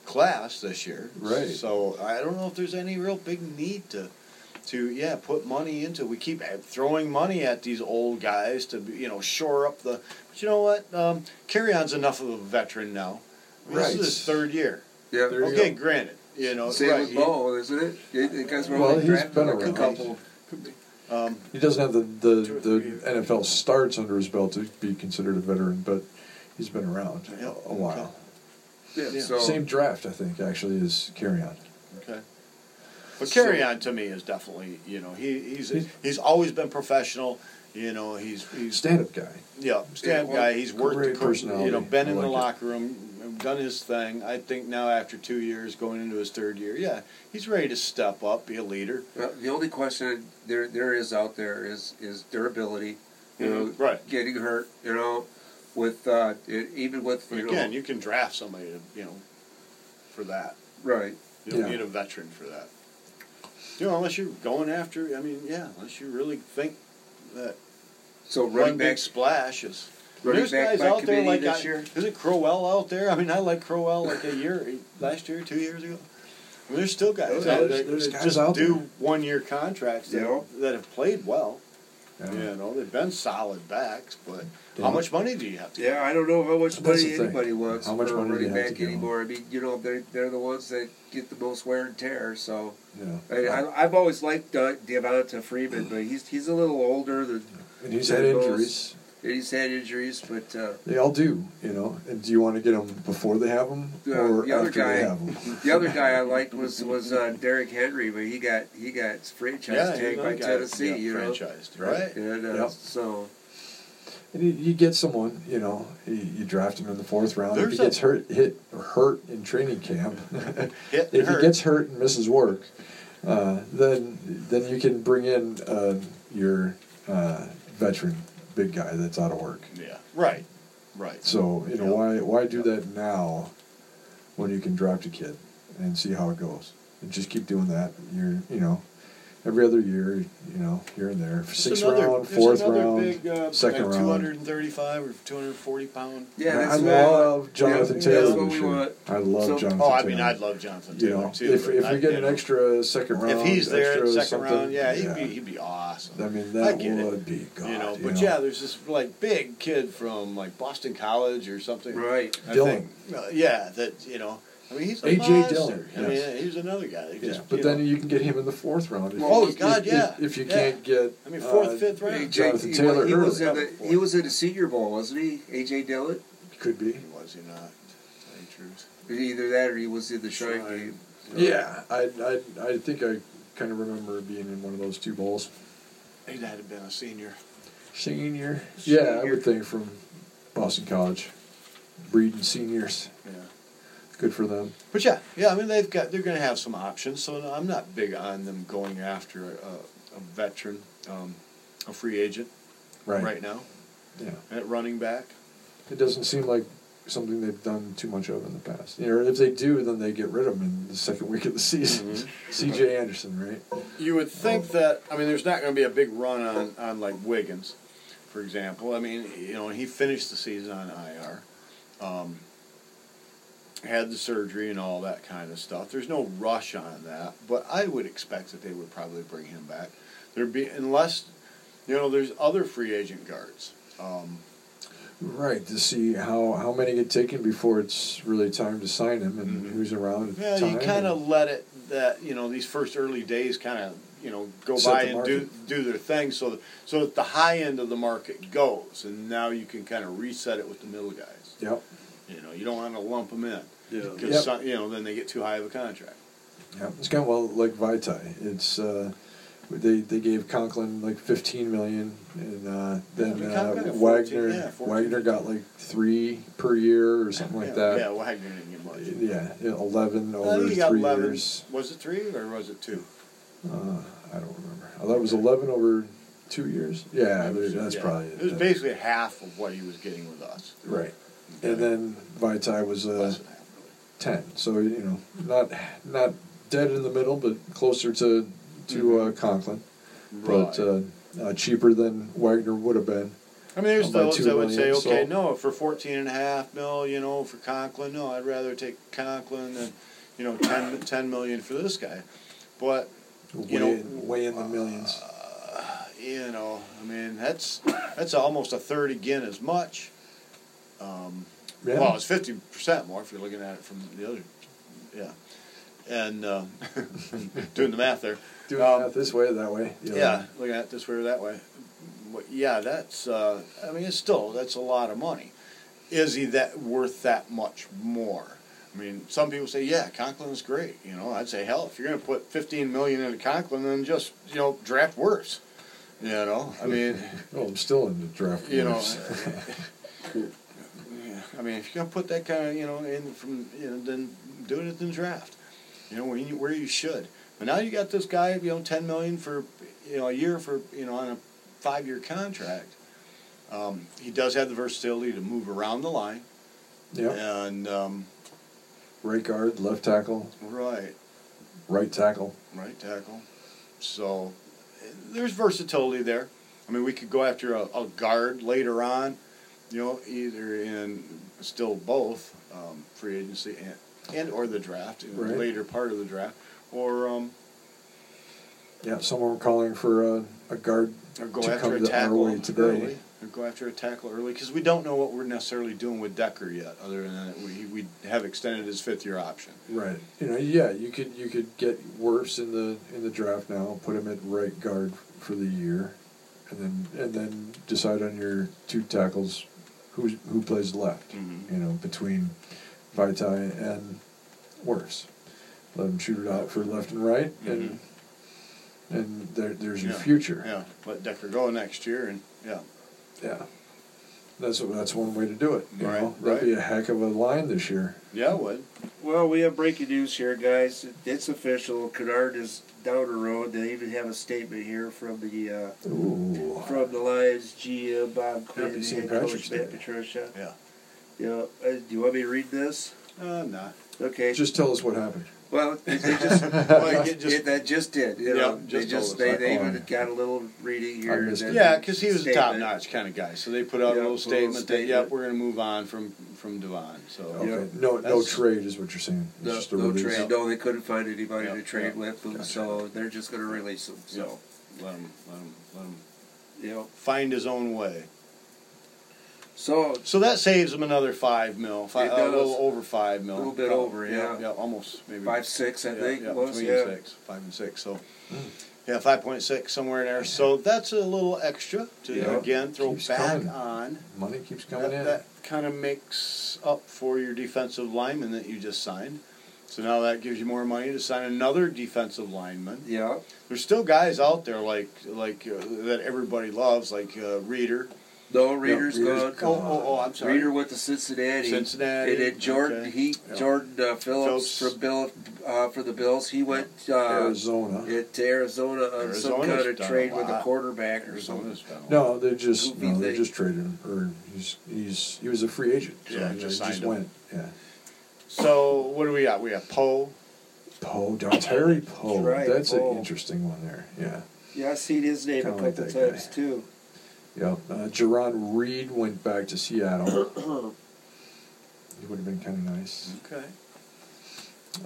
Speaker 3: class this year.
Speaker 1: Right.
Speaker 3: So I don't know if there's any real big need to, to yeah, put money into. We keep throwing money at these old guys to you know shore up the. But you know what? Um, Carry on's enough of a veteran now. I mean, This
Speaker 1: Right.
Speaker 3: is his third year.
Speaker 2: Yeah.
Speaker 1: There you
Speaker 3: okay,
Speaker 1: go.
Speaker 3: granted. You know,
Speaker 2: Same
Speaker 3: right,
Speaker 2: with
Speaker 3: he-
Speaker 2: Bo, isn't it? You- you guys were
Speaker 1: Well,
Speaker 2: only
Speaker 1: he's
Speaker 2: drafted
Speaker 1: been
Speaker 2: like a
Speaker 1: around.
Speaker 2: couple.
Speaker 3: um,
Speaker 1: He doesn't have the, the,
Speaker 3: Two or
Speaker 1: the
Speaker 3: three years.
Speaker 1: NFL starts under his belt to be considered a veteran, but he's been around a,
Speaker 3: Yep.
Speaker 1: a while.
Speaker 2: Yeah,
Speaker 3: Yeah.
Speaker 2: So
Speaker 1: Same draft, I think, actually, is carry on.
Speaker 3: Okay. But carry on to me is definitely you know he he's
Speaker 1: He's-
Speaker 3: he's always been professional. You know he's he's
Speaker 1: Stand up guy.
Speaker 3: yeah stand
Speaker 2: Yeah,
Speaker 3: guy. He's worked
Speaker 1: great
Speaker 3: the co- you know
Speaker 1: personality.
Speaker 3: been
Speaker 1: I
Speaker 3: in the
Speaker 1: like
Speaker 3: locker room, done his thing. I think now after two years, going into his third year, yeah, he's ready to step up, be a leader.
Speaker 2: uh, the only question there there is out there is is durability. You know,
Speaker 3: Mhm. Right.
Speaker 2: getting hurt. You know, with uh, it, even with
Speaker 3: But
Speaker 2: you
Speaker 3: again,
Speaker 2: know,
Speaker 3: you can draft somebody to, you know for that.
Speaker 2: right.
Speaker 3: You don't
Speaker 1: Yeah.
Speaker 3: need a veteran for that. You know, unless you're going after. I mean, yeah, unless you really think that
Speaker 2: So
Speaker 3: one
Speaker 2: running
Speaker 3: big
Speaker 2: back,
Speaker 3: splash is.
Speaker 2: running
Speaker 3: There's
Speaker 2: back
Speaker 3: guys
Speaker 2: by
Speaker 3: out there
Speaker 2: committee
Speaker 3: like
Speaker 2: this
Speaker 3: I,
Speaker 2: year.
Speaker 3: Isn't Crowell out there? I mean, I like Crowell like a year last year, two years ago. I mean, there's still guys
Speaker 1: Oh, yeah,
Speaker 3: out
Speaker 1: there's-
Speaker 3: there
Speaker 1: there's
Speaker 3: that
Speaker 1: guys
Speaker 3: just
Speaker 1: out
Speaker 3: do
Speaker 1: there.
Speaker 3: one year contracts that,
Speaker 2: Yeah.
Speaker 3: that have played well.
Speaker 1: Yeah.
Speaker 3: You know, they've been solid backs, but
Speaker 1: Yeah.
Speaker 3: how much money do you have to? give?
Speaker 2: Yeah, I don't know how much
Speaker 1: That's the
Speaker 2: money
Speaker 1: thing.
Speaker 2: anybody wants
Speaker 1: How much
Speaker 2: for
Speaker 1: money
Speaker 2: a
Speaker 1: do you
Speaker 2: running
Speaker 1: have to
Speaker 2: back
Speaker 1: give 'em?
Speaker 2: anymore. I mean, you know, they're they're the ones that get the most wear and tear. So
Speaker 1: Yeah.
Speaker 2: I, I, I've always liked uh, Devonta Freeman, but he's he's a little older than
Speaker 1: And he's had injuries.
Speaker 2: he's had injuries. But uh,
Speaker 1: They all do, you know. And do you want to get them before they have them
Speaker 2: Yeah,
Speaker 1: or
Speaker 2: the other
Speaker 1: after they
Speaker 2: guy-
Speaker 1: have them?
Speaker 2: the other guy I liked was was uh, Derrick Henry, but he got he got franchise
Speaker 3: you
Speaker 2: tagged
Speaker 3: know,
Speaker 2: by
Speaker 3: guys-
Speaker 2: Tennessee.
Speaker 3: yeah,
Speaker 2: you know,
Speaker 3: franchised, right?
Speaker 2: and uh,
Speaker 1: Yep.
Speaker 2: so
Speaker 1: And you, you get someone, you know, you, you draft him in the fourth round.
Speaker 3: There's
Speaker 1: if
Speaker 3: a-
Speaker 1: he gets hurt, hit or hurt in training camp,
Speaker 3: Hit
Speaker 1: if
Speaker 3: hurt.
Speaker 1: he gets hurt and misses work, uh, then then you can bring in uh, your uh, veteran big guy that's out of work.
Speaker 3: yeah, right, right.
Speaker 1: So you know why
Speaker 3: Yeah.
Speaker 1: why do
Speaker 3: Yeah.
Speaker 1: that now when you can draft a kid and see how it goes and just keep doing that. You're you know every other year you know here and there
Speaker 3: There's
Speaker 1: sixth
Speaker 3: another-
Speaker 1: round
Speaker 3: there's
Speaker 1: fourth
Speaker 3: another
Speaker 1: round
Speaker 3: big, uh,
Speaker 1: second
Speaker 3: like
Speaker 1: round.
Speaker 3: 235 or 240 pound.
Speaker 2: yeah,
Speaker 1: I
Speaker 2: that's what-
Speaker 1: love Jonathan
Speaker 2: that's
Speaker 1: Taylor.
Speaker 2: what
Speaker 1: this
Speaker 2: we
Speaker 1: year.
Speaker 2: want.
Speaker 1: I love
Speaker 2: So-
Speaker 1: Jonathan.
Speaker 3: Oh, I
Speaker 1: Taylor.
Speaker 3: mean, I'd love Jonathan
Speaker 1: You
Speaker 3: Taylor
Speaker 1: know,
Speaker 3: too.
Speaker 1: if,
Speaker 3: but
Speaker 1: if
Speaker 3: I-
Speaker 1: we get
Speaker 3: you
Speaker 1: an
Speaker 3: know.
Speaker 1: extra second round,
Speaker 3: if he's there
Speaker 1: extra
Speaker 3: in second
Speaker 1: something,
Speaker 3: round, yeah, he'd be he'd be awesome.
Speaker 1: I mean,
Speaker 3: I
Speaker 1: that
Speaker 3: get it.
Speaker 1: would be God.
Speaker 3: you know, but yeah, there's this like big kid from like Boston College or something.
Speaker 2: Right.
Speaker 3: I
Speaker 1: Dylan.
Speaker 3: think. Uh, yeah, that you know. I mean, he's a
Speaker 1: A.J.
Speaker 3: monster.
Speaker 1: Dylan,
Speaker 3: I
Speaker 1: yes.
Speaker 3: mean, he's another guy. that
Speaker 1: Yeah,
Speaker 3: just,
Speaker 1: but
Speaker 3: you
Speaker 1: then
Speaker 3: know,
Speaker 1: you can get him in the fourth round. If,
Speaker 2: Oh,
Speaker 1: if-
Speaker 3: God,
Speaker 1: if-
Speaker 3: yeah.
Speaker 1: If you
Speaker 3: Yeah.
Speaker 1: can't get,
Speaker 3: I mean, fourth,
Speaker 1: uh,
Speaker 3: fifth round.
Speaker 2: AJ,
Speaker 1: Jonathan
Speaker 2: he,
Speaker 1: Taylor
Speaker 2: he was in
Speaker 1: early.
Speaker 2: the he was in the Senior Bowl, wasn't he? AJ Dillon.
Speaker 1: could be.
Speaker 3: was he not? Tell you the truth.
Speaker 2: Either that or he was in the Shrine
Speaker 3: Shrine.
Speaker 2: game.
Speaker 1: Yeah, I, I, I think I kind of remember being in one of those two bowls.
Speaker 3: He'd had to been a senior.
Speaker 1: Senior. Yeah, I
Speaker 2: Senior.
Speaker 1: would think from Boston College, breeding seniors.
Speaker 3: Yeah.
Speaker 1: Good for them.
Speaker 3: But yeah, yeah. I mean, they've got they're going to have some options. So I'm not big on them going after a, a veteran, um, a free agent
Speaker 1: Right.
Speaker 3: right now
Speaker 1: Yeah.
Speaker 3: at running back.
Speaker 1: It doesn't seem like something they've done too much of in the past. You know, if they do, then they get rid of him in the second week of the season.
Speaker 3: Mm-hmm.
Speaker 1: C.J. Anderson, right?
Speaker 3: You would think that I mean, there's not going to be a big run on on like Wiggins, for example. I mean, you know, he finished the season on IR, um, had the surgery and all that kind of stuff. There's no rush on that, but I would expect that they would probably bring him back. There be unless you know there's other free agent guards. Um,
Speaker 1: Right to see how how many get taken before it's really time to sign him and
Speaker 3: Mhm.
Speaker 1: who's around. At
Speaker 3: Yeah,
Speaker 1: the time
Speaker 3: you kind
Speaker 1: and-
Speaker 3: of let it that you know these first early days kind of you know go
Speaker 1: Set
Speaker 3: by
Speaker 1: the
Speaker 3: and do do their thing so that, so that the high end of the market goes and now you can kind of reset it with the middle guys.
Speaker 1: Yep.
Speaker 3: You know you don't want to lump them in because
Speaker 1: Yep.
Speaker 3: some, you know then they get too high of a contract.
Speaker 1: Yeah, it's kind of well like Vitae. It's uh, they they gave Conklin like fifteen million, and uh, then
Speaker 3: Yeah,
Speaker 1: uh,
Speaker 3: Conklin got 14,
Speaker 1: Wagner
Speaker 3: yeah, 14.
Speaker 1: Wagner got like three per year or something like
Speaker 3: yeah,
Speaker 1: that.
Speaker 3: Yeah, Wagner didn't get much.
Speaker 1: Yeah, yeah, eleven
Speaker 3: I
Speaker 1: over
Speaker 3: think he
Speaker 1: three
Speaker 3: got eleven.
Speaker 1: years.
Speaker 3: Was it three or was it two?
Speaker 1: Uh, I don't remember. I thought it was eleven over two years. Yeah, there- that's
Speaker 3: Yeah.
Speaker 1: probably
Speaker 3: It was basically half of what he was getting with us.
Speaker 1: right. And then Vitae was uh,
Speaker 3: Less than half, really.
Speaker 1: ten, so you know, not not dead in the middle, but closer to to
Speaker 3: Mm-hmm.
Speaker 1: uh, Conklin, but uh, uh, cheaper than Wagner would have been.
Speaker 3: I mean, there's
Speaker 1: About
Speaker 3: those
Speaker 1: two
Speaker 3: that would say,
Speaker 1: million,
Speaker 3: okay,
Speaker 1: so-
Speaker 3: no, for fourteen and a half mil, you know, for Conklin, no, I'd rather take Conklin than, you know, 10, 10 million for this guy. But,
Speaker 1: Way,
Speaker 3: You know, uh,
Speaker 1: way in the millions.
Speaker 3: you know, I mean, that's that's almost a third again as much. Um,
Speaker 1: Yeah.
Speaker 3: Well, it's fifty percent more if you're looking at it from the other, yeah, and uh, doing the math there.
Speaker 1: Doing
Speaker 3: um,
Speaker 1: that this way, that way. the other
Speaker 3: Yeah,
Speaker 1: way.
Speaker 3: looking at it this way or that way. But yeah, that's. Uh, I mean, it's still that's a lot of money. Is he that worth that much more? I mean, some people say, yeah, Conklin's great. You know, I'd say, hell, if you're going to put 15 million into Conklin, then just you know draft worse. You know, I mean,
Speaker 1: Well, Oh, I'm still in the draft.
Speaker 3: you know, uh,
Speaker 1: years.
Speaker 3: yeah, I mean, if you're going to put that kind of you know in from you know, then do it in the draft. You know, where you, where you should. But now you got this guy, you know, ten million for you know a year for you know on a five year contract. Um, he does have the versatility to move around the line,
Speaker 1: yeah.
Speaker 3: and um,
Speaker 1: Right guard, left tackle,
Speaker 3: right,
Speaker 1: right tackle.
Speaker 3: right tackle. So eh, there's versatility there. I mean, we could go after a, a guard later on, you know, either in still both um, free agency and and or the draft, in
Speaker 1: Right.
Speaker 3: the later part of the draft, or um,
Speaker 1: Yeah, someone were calling for a, a guard
Speaker 3: Or go
Speaker 1: to
Speaker 3: after
Speaker 1: come
Speaker 3: a
Speaker 1: to
Speaker 3: tackle
Speaker 1: our way
Speaker 3: early.
Speaker 1: today.
Speaker 3: Or go after a tackle early because we don't know what we're necessarily doing with Decker yet. Other than that, we we have extended his fifth year option.
Speaker 1: Right. You know, yeah, you could you could get Wirfs in the in the draft now, put him at right guard for the year, and then and then decide on your two tackles, who who plays left.
Speaker 3: Mhm.
Speaker 1: You know, between Vitae and Wirfs, let them shoot it out for left and right, and and there, there's your
Speaker 3: Mm-hmm. Yeah.
Speaker 1: future.
Speaker 3: Yeah, let Decker go next year, and yeah,
Speaker 1: Yeah. That's that's one way to do it. You
Speaker 3: Right,
Speaker 1: know? That'd
Speaker 3: right.
Speaker 1: be a heck of a line this year.
Speaker 3: yeah, it would
Speaker 2: Well, we have breaking news here, guys. It's official. Kennard is down the road. They even have a statement here from the uh,
Speaker 1: Ooh.
Speaker 2: from the Lions GM Bob Quinn,
Speaker 1: Happy
Speaker 2: the
Speaker 1: St.
Speaker 2: head coach
Speaker 1: Patrick's
Speaker 2: Matt
Speaker 1: Day.
Speaker 2: Patricia.
Speaker 3: Yeah.
Speaker 2: You know, uh, do you want me to read this?
Speaker 3: uh, not
Speaker 2: Okay.
Speaker 1: Just tell us what happened.
Speaker 2: well, they just,
Speaker 3: Well,
Speaker 2: it,
Speaker 3: it just-
Speaker 2: that just did. You
Speaker 3: Yeah,
Speaker 2: know,
Speaker 3: just
Speaker 2: they just
Speaker 3: told
Speaker 2: they,
Speaker 3: us.
Speaker 2: they
Speaker 1: Oh,
Speaker 2: even
Speaker 1: yeah.
Speaker 2: got a little reading
Speaker 1: I
Speaker 2: here.
Speaker 1: missed
Speaker 2: and
Speaker 1: it.
Speaker 2: then
Speaker 3: yeah, because he was a
Speaker 2: statement.
Speaker 3: top notch kind of guy. So they put out
Speaker 2: Yeah,
Speaker 3: a
Speaker 2: little
Speaker 3: little statement that
Speaker 2: statement.
Speaker 3: yep, we're going to move on from from Devon. So
Speaker 1: Okay.
Speaker 2: Yeah.
Speaker 1: No, no
Speaker 3: That's-
Speaker 1: trade is what you're saying. It's
Speaker 2: No,
Speaker 1: just a
Speaker 2: no
Speaker 1: release.
Speaker 2: trade. No, they couldn't find anybody
Speaker 3: Yeah,
Speaker 2: to trade
Speaker 3: yeah.
Speaker 2: with them,
Speaker 1: Gotcha.
Speaker 2: so they're just going to release them. So,
Speaker 3: let him let him let him
Speaker 2: you know,
Speaker 3: find his own way.
Speaker 2: so
Speaker 3: So that saves him another five mil, five,
Speaker 2: It
Speaker 3: a little
Speaker 2: does.
Speaker 3: over five mil,
Speaker 2: A little bit over, yeah.
Speaker 3: yeah, almost maybe
Speaker 2: five six, I
Speaker 3: Yeah,
Speaker 2: think
Speaker 3: yeah,
Speaker 2: it was.
Speaker 3: between
Speaker 2: Yeah.
Speaker 3: six, five and six. So, yeah, five point six somewhere in there. So that's a little extra to
Speaker 1: Yeah.
Speaker 3: again throw
Speaker 1: Keeps
Speaker 3: back
Speaker 1: coming.
Speaker 3: on.
Speaker 1: Money keeps coming
Speaker 3: That, that kind of makes up for your defensive lineman that you just signed. So now that gives you more money to sign another defensive lineman.
Speaker 2: Yeah,
Speaker 3: There's still guys out there like like uh, that everybody loves, like uh, Reader.
Speaker 2: no, Reader's
Speaker 1: Reader's
Speaker 2: gone.
Speaker 1: gone.
Speaker 3: Oh, oh, oh, I'm sorry.
Speaker 2: Reader went to Cincinnati.
Speaker 3: Cincinnati,
Speaker 2: And then Jordan,
Speaker 3: okay.
Speaker 2: he
Speaker 3: Yeah.
Speaker 2: Jordan uh, Phillips,
Speaker 3: Phillips.
Speaker 2: from Bill uh, for the Bills. He went uh,
Speaker 1: in. Arizona.
Speaker 2: yeah, to Arizona on some
Speaker 3: Arizona's
Speaker 2: kind of
Speaker 3: done a
Speaker 2: trade with a
Speaker 3: lot.
Speaker 2: quarterback or something.
Speaker 3: Arizona's been a-
Speaker 1: no, they just
Speaker 2: Goofy
Speaker 1: no, they
Speaker 2: thing.
Speaker 1: just traded him, or he's he's he was a free agent. So
Speaker 3: Yeah,
Speaker 1: he just
Speaker 3: just signed him.
Speaker 1: went. Yeah.
Speaker 3: So what do we got? We got Poe.
Speaker 1: Poe, Don Terry Poe.
Speaker 2: That's right,
Speaker 1: That's
Speaker 2: Poe.
Speaker 1: an interesting one there. Yeah.
Speaker 2: Yeah, I seen his name a
Speaker 1: Kinda like
Speaker 2: couple
Speaker 1: that
Speaker 2: times
Speaker 1: guy.
Speaker 2: too.
Speaker 1: Yeah. Uh, Jerron Reed went back to Seattle. he would have been kind of nice.
Speaker 3: Okay.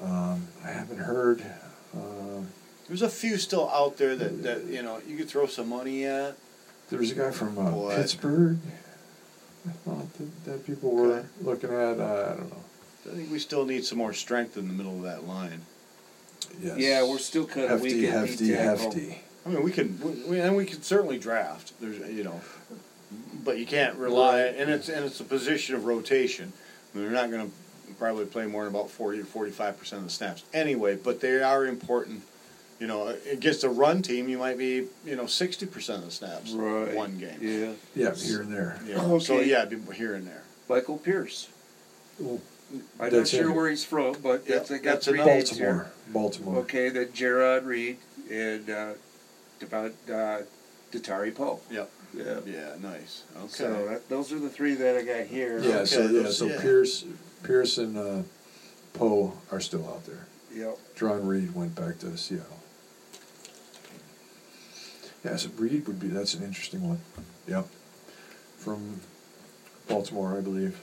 Speaker 1: Um, I haven't heard. Um,
Speaker 3: There's a few still out there that, that you know you could throw some money at.
Speaker 1: There was a guy from uh,
Speaker 3: Boy.
Speaker 1: Pittsburgh. I thought that, that people were
Speaker 3: Okay.
Speaker 1: looking at. Uh, I don't know.
Speaker 3: I think we still need some more strength in the middle of that line.
Speaker 1: Yes.
Speaker 2: Yeah, we're still kind of
Speaker 1: hefty,
Speaker 2: weak at
Speaker 1: hefty,
Speaker 2: D-tackle.
Speaker 1: hefty.
Speaker 3: I mean, we can, we- we, and we can certainly draft. There's, you know, but you can't rely, and it's and it's a position of rotation. I mean, they're not going to probably play more than about 40 or 45 percent of the snaps anyway. But they are important. You know, against a run team, you might be you know 60 percent of the snaps
Speaker 2: Right.
Speaker 3: one game.
Speaker 2: Yeah,
Speaker 1: Yeah, here and there.
Speaker 3: You know, So
Speaker 2: Okay.
Speaker 3: yeah, be here and there.
Speaker 2: Michael Pierce.
Speaker 1: Ooh,
Speaker 2: I'm not
Speaker 1: that's
Speaker 2: sure
Speaker 1: him.
Speaker 2: where he's from, but
Speaker 3: Yeah,
Speaker 2: that's, I got
Speaker 3: that's
Speaker 2: three
Speaker 3: another-
Speaker 2: names here.
Speaker 1: Baltimore. Baltimore.
Speaker 2: Okay, then Jaron Reed and uh, about uh, Katari Pope.
Speaker 5: Yep.
Speaker 2: Yeah.
Speaker 5: Yeah, nice. Okay.
Speaker 2: So that, those are the three that I got here.
Speaker 1: Yeah, so
Speaker 5: Okay,
Speaker 1: yeah,
Speaker 5: those-
Speaker 1: so
Speaker 5: yeah.
Speaker 1: Pierce, Pierce and uh, Poe are still out there.
Speaker 2: Yep.
Speaker 1: John Reed went back to Seattle. Yeah, so Reed would be that's an interesting one. Yeah, from Baltimore, I believe.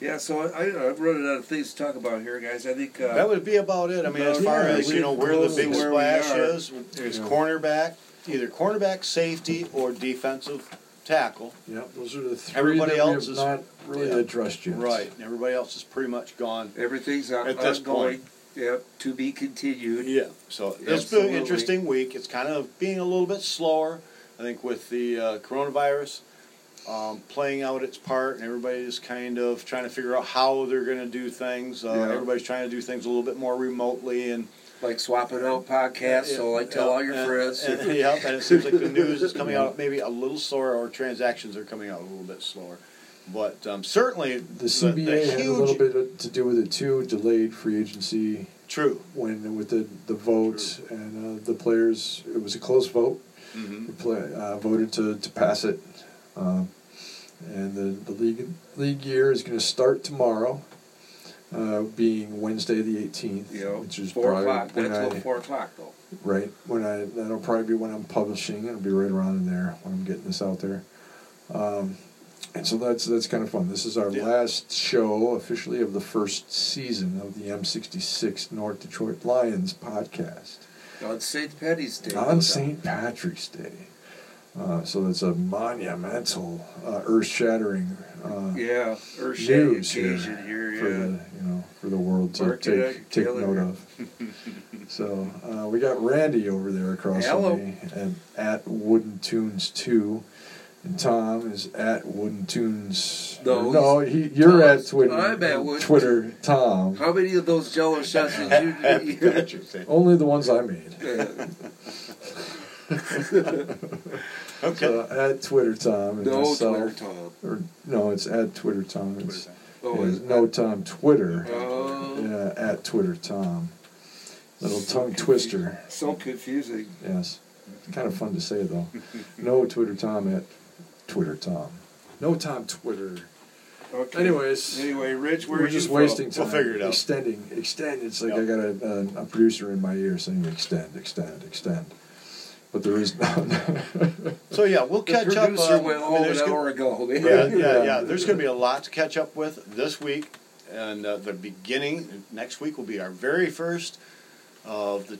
Speaker 2: Yeah. So I, I wrote it out of things to talk about here, guys. I think uh,
Speaker 3: That would be about it. I mean, as
Speaker 1: Yeah,
Speaker 3: far as
Speaker 1: we
Speaker 3: you know,
Speaker 2: did
Speaker 3: where the
Speaker 2: close
Speaker 3: big
Speaker 2: to where we
Speaker 3: splash
Speaker 2: are.
Speaker 3: is, is
Speaker 1: Yeah.
Speaker 3: cornerback, either cornerback, safety, or defensive tackle.
Speaker 1: Yeah, those are the three
Speaker 3: Everybody
Speaker 1: that
Speaker 3: else
Speaker 1: we
Speaker 3: is-
Speaker 1: have not really
Speaker 3: yeah.
Speaker 1: addressed yet.
Speaker 3: Right. And everybody else is pretty much gone.
Speaker 2: everything's on,
Speaker 5: At this
Speaker 2: ongoing. Yep. To be continued.
Speaker 5: Yeah.
Speaker 3: So it's been an
Speaker 2: Absolutely.
Speaker 3: interesting week. It's kind of being a little bit slower. I think with the uh, coronavirus um, playing out its part, and everybody is kind of trying to figure out how they're going to do things. Uh,
Speaker 2: Yeah.
Speaker 3: Everybody's trying to do things a little bit more remotely and
Speaker 2: Like swapping out podcasts. so like tell
Speaker 3: Yeah,
Speaker 2: all your
Speaker 3: and-
Speaker 2: friends.
Speaker 3: and- yep, and it seems like the news is coming out maybe a little slower, or transactions are coming out a little bit slower. But um, certainly
Speaker 1: The CBA had a little bit to do with it too. Delayed free agency
Speaker 3: True.
Speaker 1: when with the the vote and uh, the players. It was a close vote.
Speaker 5: hmm
Speaker 3: Mm-hmm.
Speaker 1: The play, uh, voted to, to pass it. Um, and the, the league league year is going to start tomorrow, uh, being Wednesday the 18th,
Speaker 2: you know,
Speaker 1: which is
Speaker 2: four
Speaker 1: probably
Speaker 2: o'clock.
Speaker 1: when
Speaker 2: That's
Speaker 1: I,
Speaker 2: what four o'clock though.
Speaker 1: right when I that'll probably be when I'm publishing. It'll be right around in there when I'm getting this out there. Um, and so that's that's kind of fun. This is our
Speaker 3: Yeah.
Speaker 1: last show officially of the first season of the M66 North Detroit Lions podcast
Speaker 2: On St. Patty's Day.
Speaker 1: on St. Patrick's Day. Uh, so that's a monumental, uh, earth-shattering uh,
Speaker 2: Yeah. Earth
Speaker 1: news here,
Speaker 2: occasion here.
Speaker 1: for
Speaker 2: yeah.
Speaker 1: the you know for the world to
Speaker 2: Mark it
Speaker 1: take
Speaker 2: out,
Speaker 1: take
Speaker 2: Taylor.
Speaker 1: note of. so uh, we got Randy over there across
Speaker 2: Hello.
Speaker 1: from me, and at Wooden Tunes two. And Tom is at Wooden Tunes.
Speaker 2: No,
Speaker 1: no, he, you're
Speaker 2: Tom's-
Speaker 1: at Twitter.
Speaker 2: I'm at Wooden
Speaker 1: Twitter, Tom.
Speaker 2: How many of those Jello shots did you?
Speaker 5: Got you.
Speaker 1: Only the ones I made.
Speaker 2: Yeah.
Speaker 5: Okay.
Speaker 1: So uh, at Twitter, Tom. And
Speaker 2: no
Speaker 1: myself.
Speaker 2: Twitter Tom.
Speaker 1: Or no, it's at Twitter Tom. It's,
Speaker 5: Twitter time.
Speaker 2: Oh,
Speaker 1: it's
Speaker 2: is
Speaker 1: no Tom Twitter.
Speaker 2: Oh,
Speaker 1: Yeah, Uh, at Twitter Tom. Little tongue twister.
Speaker 2: so confusing.
Speaker 1: Yes, kind of fun to say though. no Twitter Tom at Twitter Tom. No Tom Twitter.
Speaker 2: Okay.
Speaker 1: Anyways,
Speaker 2: Anyway, Rich, where
Speaker 1: we're
Speaker 2: are
Speaker 1: just
Speaker 2: you
Speaker 1: wasting
Speaker 3: We'll
Speaker 1: time.
Speaker 3: figure it out.
Speaker 1: Extending, extend. It's like I
Speaker 3: Yep.
Speaker 1: got a, a, a producer in my ear saying extend, extend, extend. But there is none.
Speaker 3: So yeah, we'll
Speaker 2: From?
Speaker 3: catch
Speaker 2: the
Speaker 3: up.
Speaker 2: producer
Speaker 3: um,
Speaker 2: went
Speaker 3: I mean,
Speaker 2: home
Speaker 3: there's
Speaker 2: an
Speaker 3: gonna-
Speaker 2: hour ago. man.
Speaker 3: yeah,
Speaker 1: Yeah.
Speaker 3: yeah, yeah. There's going to be a lot to catch up with this week, and uh, the beginning next week will be our very first of the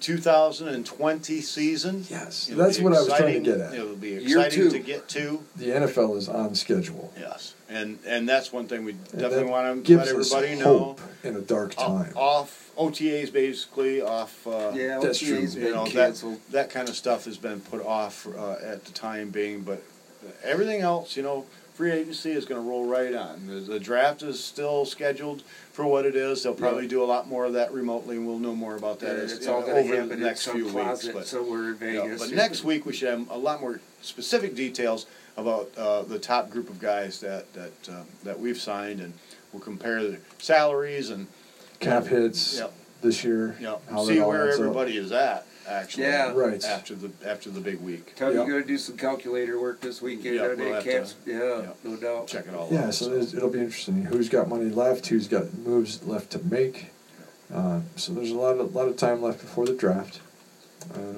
Speaker 3: 2020 season.
Speaker 1: yes,
Speaker 3: It'll
Speaker 1: that's
Speaker 3: be
Speaker 1: what I was trying
Speaker 3: exciting.
Speaker 1: to get at.
Speaker 3: It'll be
Speaker 2: Year
Speaker 3: exciting to
Speaker 2: two.
Speaker 3: get to.
Speaker 1: The NFL is on schedule.
Speaker 3: Yes, and and that's one thing we
Speaker 1: And
Speaker 3: definitely
Speaker 1: that
Speaker 3: want to let
Speaker 1: gives us
Speaker 3: everybody know.
Speaker 1: hope in a dark time.
Speaker 3: Off, off OTAs, basically off. Uh,
Speaker 2: Yeah,
Speaker 1: That's
Speaker 2: OTA's
Speaker 1: true.
Speaker 2: been
Speaker 3: you know
Speaker 2: canceled.
Speaker 3: that that kind of stuff has been put off uh, at the time being, but everything else, you know, free agency is going to roll right on. The, the draft is still scheduled for what it is. They'll probably
Speaker 2: Yeah.
Speaker 3: do a lot more of that remotely, and we'll know more about that
Speaker 2: Uh,
Speaker 3: as,
Speaker 2: it's
Speaker 3: you
Speaker 2: all
Speaker 3: know,
Speaker 2: going to
Speaker 3: over
Speaker 2: happen
Speaker 3: the
Speaker 2: in
Speaker 3: next
Speaker 2: some
Speaker 3: few
Speaker 2: closet
Speaker 3: weeks. But,
Speaker 2: somewhere in
Speaker 3: yeah,
Speaker 2: Vegas.
Speaker 3: but next week we should have a lot more specific details about uh, the top group of guys that that uh, that we've signed, and we'll compare the salaries and
Speaker 1: cap hits
Speaker 3: Yep.
Speaker 1: this year.
Speaker 3: you know,
Speaker 1: how that
Speaker 3: see
Speaker 1: all
Speaker 3: where
Speaker 1: adds up.
Speaker 3: everybody is at. Actually,
Speaker 2: Yeah.
Speaker 1: Right.
Speaker 3: after the after the big week.
Speaker 2: Tell
Speaker 1: Yeah.
Speaker 2: you going to do some calculator work this weekend
Speaker 3: Yeah,
Speaker 2: on
Speaker 3: we'll
Speaker 2: that
Speaker 3: have to-
Speaker 2: caps. yeah,
Speaker 3: yeah.
Speaker 2: no doubt.
Speaker 3: check it all
Speaker 1: Yeah,
Speaker 3: out.
Speaker 1: so there's- it'll be interesting. Who's got money left? Who's got moves left to make? Uh, so there's a lot of lot of time left before the draft, and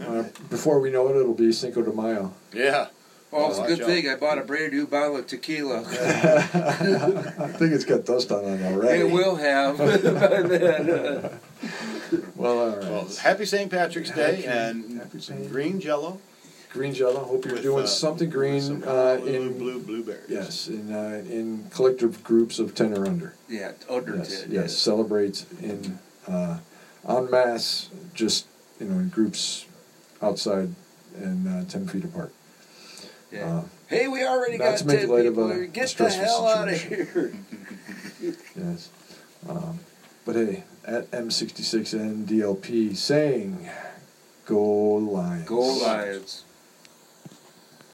Speaker 1: uh, uh, before we know it, it'll be Cinco de Mayo.
Speaker 5: Yeah.
Speaker 2: Oh, it's a
Speaker 3: Watch
Speaker 2: good
Speaker 3: out.
Speaker 2: thing I bought a brand new bottle of tequila.
Speaker 1: I think it's got dust on it already.
Speaker 2: It will have. by then. Uh,
Speaker 1: Well, all right.
Speaker 3: Well, happy St. Patrick's Day and
Speaker 1: Happy
Speaker 3: some
Speaker 1: Saint-
Speaker 3: green jello.
Speaker 1: green jello. Hope you're
Speaker 3: with,
Speaker 1: doing
Speaker 3: uh,
Speaker 1: something
Speaker 3: with
Speaker 1: green
Speaker 3: some
Speaker 1: uh,
Speaker 3: blue,
Speaker 1: in
Speaker 3: blue blueberries.
Speaker 1: yes in uh, in collective groups of ten or under.
Speaker 2: yeah, under
Speaker 1: yes,
Speaker 2: 10.
Speaker 1: Yes, celebrate in uh, en masse, just you know, in groups outside and uh, ten feet apart.
Speaker 2: Yeah.
Speaker 1: Uh,
Speaker 2: hey, we already
Speaker 1: not
Speaker 2: got
Speaker 1: to make
Speaker 2: 10
Speaker 1: light of
Speaker 2: people
Speaker 1: a-
Speaker 2: here.
Speaker 1: a
Speaker 2: Get the
Speaker 1: stressful
Speaker 2: hell out of
Speaker 1: situation.
Speaker 2: here.
Speaker 1: yes, um, but hey, at M66 and DLP saying, "Go Lions."
Speaker 2: Go Lions.